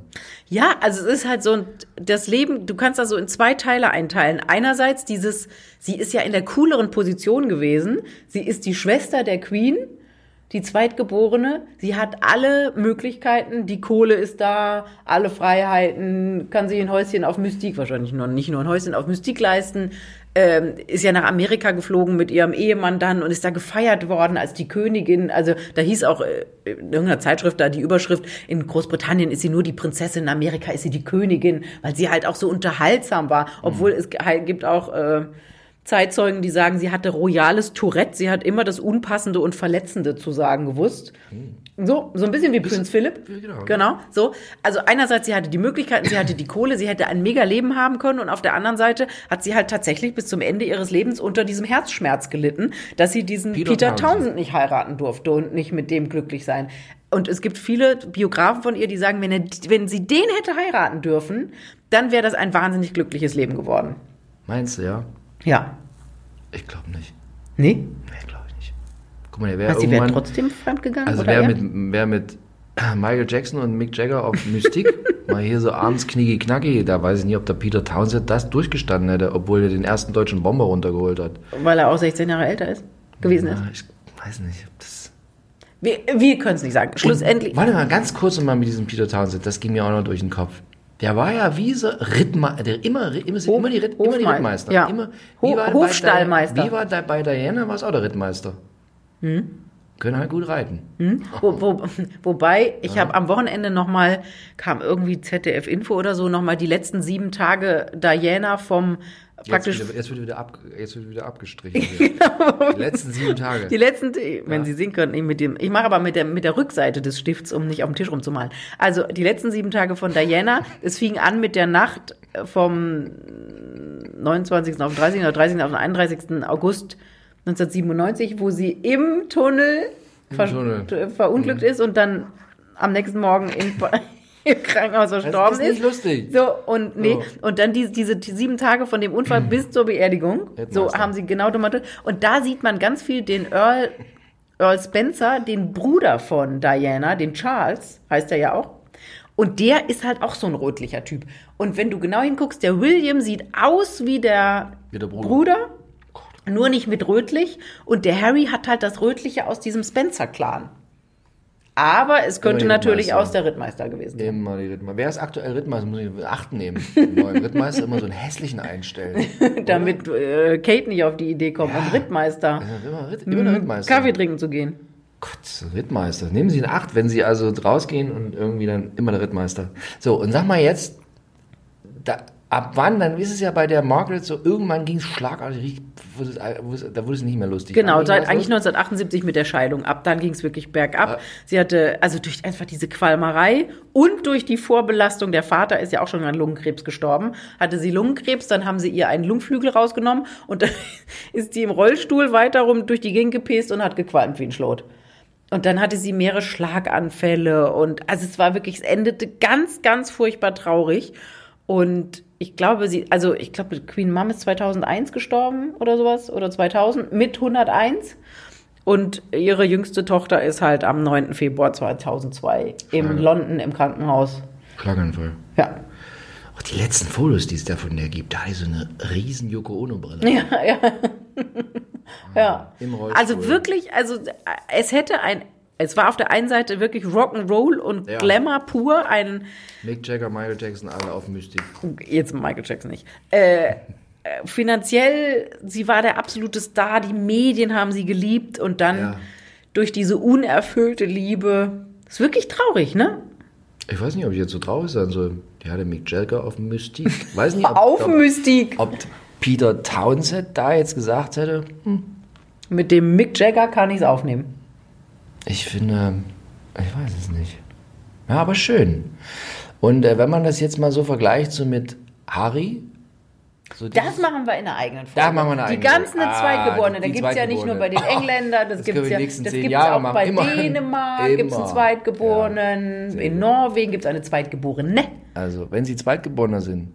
[SPEAKER 1] Ja, also es ist halt so ein, das Leben, du kannst das so in zwei Teile einteilen. Einerseits dieses, sie ist ja in der cooleren Position gewesen. Sie ist die Schwester der Queen. die Zweitgeborene, sie hat alle Möglichkeiten, die Kohle ist da, alle Freiheiten, kann sich ein Häuschen auf Mystik, wahrscheinlich noch nicht nur ein Häuschen auf Mystik leisten, ähm, ist ja nach Amerika geflogen mit ihrem Ehemann dann und ist da gefeiert worden als die Königin. Also da hieß auch äh, in irgendeiner Zeitschrift da die Überschrift, in Großbritannien ist sie nur die Prinzessin, in Amerika ist sie die Königin, weil sie halt auch so unterhaltsam war, obwohl es halt gibt auch. Äh, Zeitzeugen, die sagen, sie hatte royales Tourette, sie hat immer das Unpassende und Verletzende zu sagen gewusst. So, so ein bisschen wie Prinz Philipp.
[SPEAKER 2] genau.
[SPEAKER 1] Genau, so. Also einerseits, sie hatte die Möglichkeiten, sie hatte die Kohle, sie hätte ein mega Leben haben können und auf der anderen Seite hat sie halt tatsächlich bis zum Ende ihres Lebens unter diesem Herzschmerz gelitten, dass sie diesen
[SPEAKER 2] Peter
[SPEAKER 1] Peter,
[SPEAKER 2] Townsend.
[SPEAKER 1] Townsend. nicht heiraten durfte und nicht mit dem glücklich sein. Und es gibt viele Biografen von ihr, die sagen, wenn, er, wenn sie den hätte heiraten dürfen, dann wäre das ein wahnsinnig glückliches Leben geworden.
[SPEAKER 2] Meinst du, ja?
[SPEAKER 1] Ja.
[SPEAKER 2] Ich glaube nicht.
[SPEAKER 1] Nee?
[SPEAKER 2] Nee, glaube ich nicht. Guck mal, der wäre
[SPEAKER 1] Was, sie wären
[SPEAKER 2] irgendwann...
[SPEAKER 1] trotzdem fremdgegangen?
[SPEAKER 2] Also
[SPEAKER 1] oder
[SPEAKER 2] wer
[SPEAKER 1] er?
[SPEAKER 2] mit, wer mit Michael Jackson und Mick Jagger auf Mystik, mal hier so abends knicki knacki, da weiß ich nicht, ob der Peter Townsend das durchgestanden hätte, obwohl er den ersten deutschen Bomber runtergeholt hat.
[SPEAKER 1] Weil er auch 16 Jahre älter ist, gewesen ist.
[SPEAKER 2] Ja, ich weiß nicht, ob das.
[SPEAKER 1] Wir, wir können es nicht sagen. Schlussendlich.
[SPEAKER 2] Warte mal, ganz kurz nochmal mit diesem Peter Townsend, das ging mir auch noch durch den Kopf. Der war ja wie so Rittme der immer, immer, immer, die, Ritt, immer die
[SPEAKER 1] Hofmeister,
[SPEAKER 2] Rittmeister.
[SPEAKER 1] ja.
[SPEAKER 2] Immer,
[SPEAKER 1] Ho-
[SPEAKER 2] bei-
[SPEAKER 1] Hofstallmeister.
[SPEAKER 2] Wie war da bei Diana, war es auch der Rittmeister.
[SPEAKER 1] Hm?
[SPEAKER 2] Können halt gut reiten.
[SPEAKER 1] Wo, wo, wobei, ich habe am Wochenende nochmal, kam irgendwie ZDF-Info oder so, nochmal die letzten sieben Tage Diana vom
[SPEAKER 2] Jetzt,
[SPEAKER 1] praktisch. Genau.
[SPEAKER 2] wieder, jetzt, wird wieder ab, jetzt wird wieder abgestrichen. Hier. Die letzten sieben Tage.
[SPEAKER 1] Die letzten, wenn Sie sehen könnten, ich mit dem, ich mache aber mit der, mit der Rückseite des Stifts, um nicht auf dem Tisch rumzumalen. Also die letzten sieben Tage von Diana, es fing an mit der Nacht äh, vom 29. auf den 30. oder 30. auf den 31. August 1997, wo sie im Tunnel, ver
[SPEAKER 2] Tunnel. Mhm.
[SPEAKER 1] t- verunglückt ist und dann am nächsten Morgen in, im Krankenhaus verstorben
[SPEAKER 2] Also, ist nicht
[SPEAKER 1] ist.
[SPEAKER 2] lustig.
[SPEAKER 1] So, und nee, und dann die, diese t- sieben Tage von dem
[SPEAKER 2] Mhm.
[SPEAKER 1] Unfall bis zur Beerdigung. So
[SPEAKER 2] Rittmeister.
[SPEAKER 1] haben sie genau domatiert. Und da sieht man ganz viel den Earl, Earl Spencer, den Bruder von Diana, den Charles, heißt er ja auch. Und der ist halt auch so ein rötlicher Typ. Und wenn du genau hinguckst, der William sieht aus wie der,
[SPEAKER 2] Wie der Bruder.
[SPEAKER 1] nur nicht mit rötlich. Und der Harry hat halt das Rötliche aus diesem Spencer-Clan. Aber es könnte
[SPEAKER 2] Rittmeister.
[SPEAKER 1] natürlich aus der Rittmeister gewesen sein.
[SPEAKER 2] Immer die Rittmeister. Wer ist aktuell Rittmeister? Muss ich in acht nehmen. Den neuen Rittmeister immer so einen hässlichen einstellen.
[SPEAKER 1] Damit äh, Kate nicht auf die Idee kommt,
[SPEAKER 2] Ja.
[SPEAKER 1] am Rittmeister mm,
[SPEAKER 2] Immer, Ritt, immer der Rittmeister.
[SPEAKER 1] Kaffee trinken zu gehen.
[SPEAKER 2] Gott, Rittmeister. Nehmen Sie in acht, wenn Sie also rausgehen und irgendwie dann immer der Rittmeister. So, und sag mal jetzt, da, ab wann, dann ist es ja bei der Margaret so, irgendwann ging es schlagartig, richtig- wo es- wo es- da wurde es nicht mehr lustig.
[SPEAKER 1] Genau,
[SPEAKER 2] Wann ging
[SPEAKER 1] seit
[SPEAKER 2] das
[SPEAKER 1] eigentlich
[SPEAKER 2] los?
[SPEAKER 1] 1978 mit der Scheidung ab. Dann ging es wirklich bergab.
[SPEAKER 2] Ah.
[SPEAKER 1] Sie hatte, also durch einfach diese Qualmerei und durch die Vorbelastung, der Vater ist ja auch schon an Lungenkrebs gestorben, hatte sie Lungenkrebs, dann haben sie ihr einen Lungenflügel rausgenommen und dann ist sie im Rollstuhl weiter rum durch die Gegend gepäst und hat gequalmt wie ein Schlot. Und dann hatte sie mehrere Schlaganfälle und also es war wirklich, es endete ganz, ganz furchtbar traurig. Und ich glaube, sie, also ich glaube, Queen Mom ist 2001 gestorben oder sowas oder 2000 mit 101. Und ihre jüngste Tochter ist halt am 9. Februar 2002 in
[SPEAKER 2] Schade.
[SPEAKER 1] London im Krankenhaus.
[SPEAKER 2] Schlaganfall.
[SPEAKER 1] Ja.
[SPEAKER 2] Auch die letzten Fotos, die es davon der gibt, da hat die so eine riesen Yoko Ono-Brille.
[SPEAKER 1] Ja, ja. ja.
[SPEAKER 2] Im Rollstuhl.
[SPEAKER 1] Also wirklich, also äh, es hätte ein, es war auf der einen Seite wirklich Rock'n'Roll und
[SPEAKER 2] Ja.
[SPEAKER 1] Glamour pur, ein,
[SPEAKER 2] Mick Jagger, Michael Jackson, alle auf Mystik.
[SPEAKER 1] jetzt Michael Jackson nicht. Äh, äh, finanziell, sie war der absolute Star, die Medien haben sie geliebt und dann
[SPEAKER 2] Ja.
[SPEAKER 1] durch diese unerfüllte Liebe. Ist wirklich traurig, ne?
[SPEAKER 2] Ich weiß nicht, ob ich jetzt so traurig sein soll. Die hatte Mick Jagger auf Mystik. Weiß nicht, ob,
[SPEAKER 1] Auf
[SPEAKER 2] ob,
[SPEAKER 1] Mystik.
[SPEAKER 2] ob Peter Townsend da jetzt gesagt hätte.
[SPEAKER 1] Mit dem Mick Jagger kann ich es aufnehmen.
[SPEAKER 2] Ich finde, ich weiß es nicht. Ja, aber schön. Und äh, wenn man das jetzt mal so vergleicht so mit Harry, so
[SPEAKER 1] Das
[SPEAKER 2] dieses-
[SPEAKER 1] machen wir in einer eigenen Folge.
[SPEAKER 2] Da machen wir eine
[SPEAKER 1] Die
[SPEAKER 2] eigene
[SPEAKER 1] ganzen
[SPEAKER 2] Folge. Ah,
[SPEAKER 1] Zweitgeborenen, da
[SPEAKER 2] die
[SPEAKER 1] gibt es ja nicht nur bei den
[SPEAKER 2] Zweitgeborenen.
[SPEAKER 1] Engländern, das,
[SPEAKER 2] Das
[SPEAKER 1] gibt es
[SPEAKER 2] können wir
[SPEAKER 1] ja
[SPEAKER 2] die nächsten
[SPEAKER 1] das
[SPEAKER 2] zehn
[SPEAKER 1] gibt's
[SPEAKER 2] Jahre
[SPEAKER 1] auch
[SPEAKER 2] machen.
[SPEAKER 1] bei
[SPEAKER 2] Immer.
[SPEAKER 1] Dänemark, gibt es einen
[SPEAKER 2] Immer.
[SPEAKER 1] Zweitgeborenen, in Norwegen gibt es eine Zweitgeborene.
[SPEAKER 2] also wenn sie Zweitgeborener sind,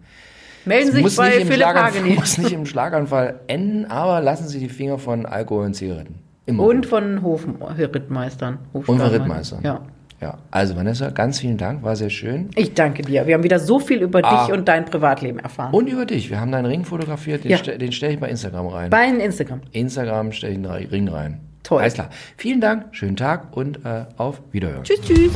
[SPEAKER 1] Melden Sie sich
[SPEAKER 2] muss nicht,
[SPEAKER 1] bei
[SPEAKER 2] im
[SPEAKER 1] Philipp
[SPEAKER 2] Schlaganfall,
[SPEAKER 1] Hagenich.
[SPEAKER 2] muss nicht im Schlaganfall enden, aber lassen Sie die Finger von Alkohol und Zigaretten. Immer.
[SPEAKER 1] Und von Hofrittmeistern.
[SPEAKER 2] und von Rittmeistern.
[SPEAKER 1] Ja.
[SPEAKER 2] ja. Also Vanessa, ganz vielen Dank, war sehr schön.
[SPEAKER 1] Ich danke dir. Wir haben wieder so viel über
[SPEAKER 2] Ah.
[SPEAKER 1] dich und dein Privatleben erfahren.
[SPEAKER 2] Und über dich. Wir haben deinen Ring fotografiert, den,
[SPEAKER 1] Ja.
[SPEAKER 2] ste den stelle ich bei Instagram rein.
[SPEAKER 1] bei Instagram.
[SPEAKER 2] Instagram stelle ich den Ring rein.
[SPEAKER 1] Toll.
[SPEAKER 2] Alles klar. Vielen Dank, schönen Tag und äh, auf Wiederhören.
[SPEAKER 1] Tschüss, tschüss.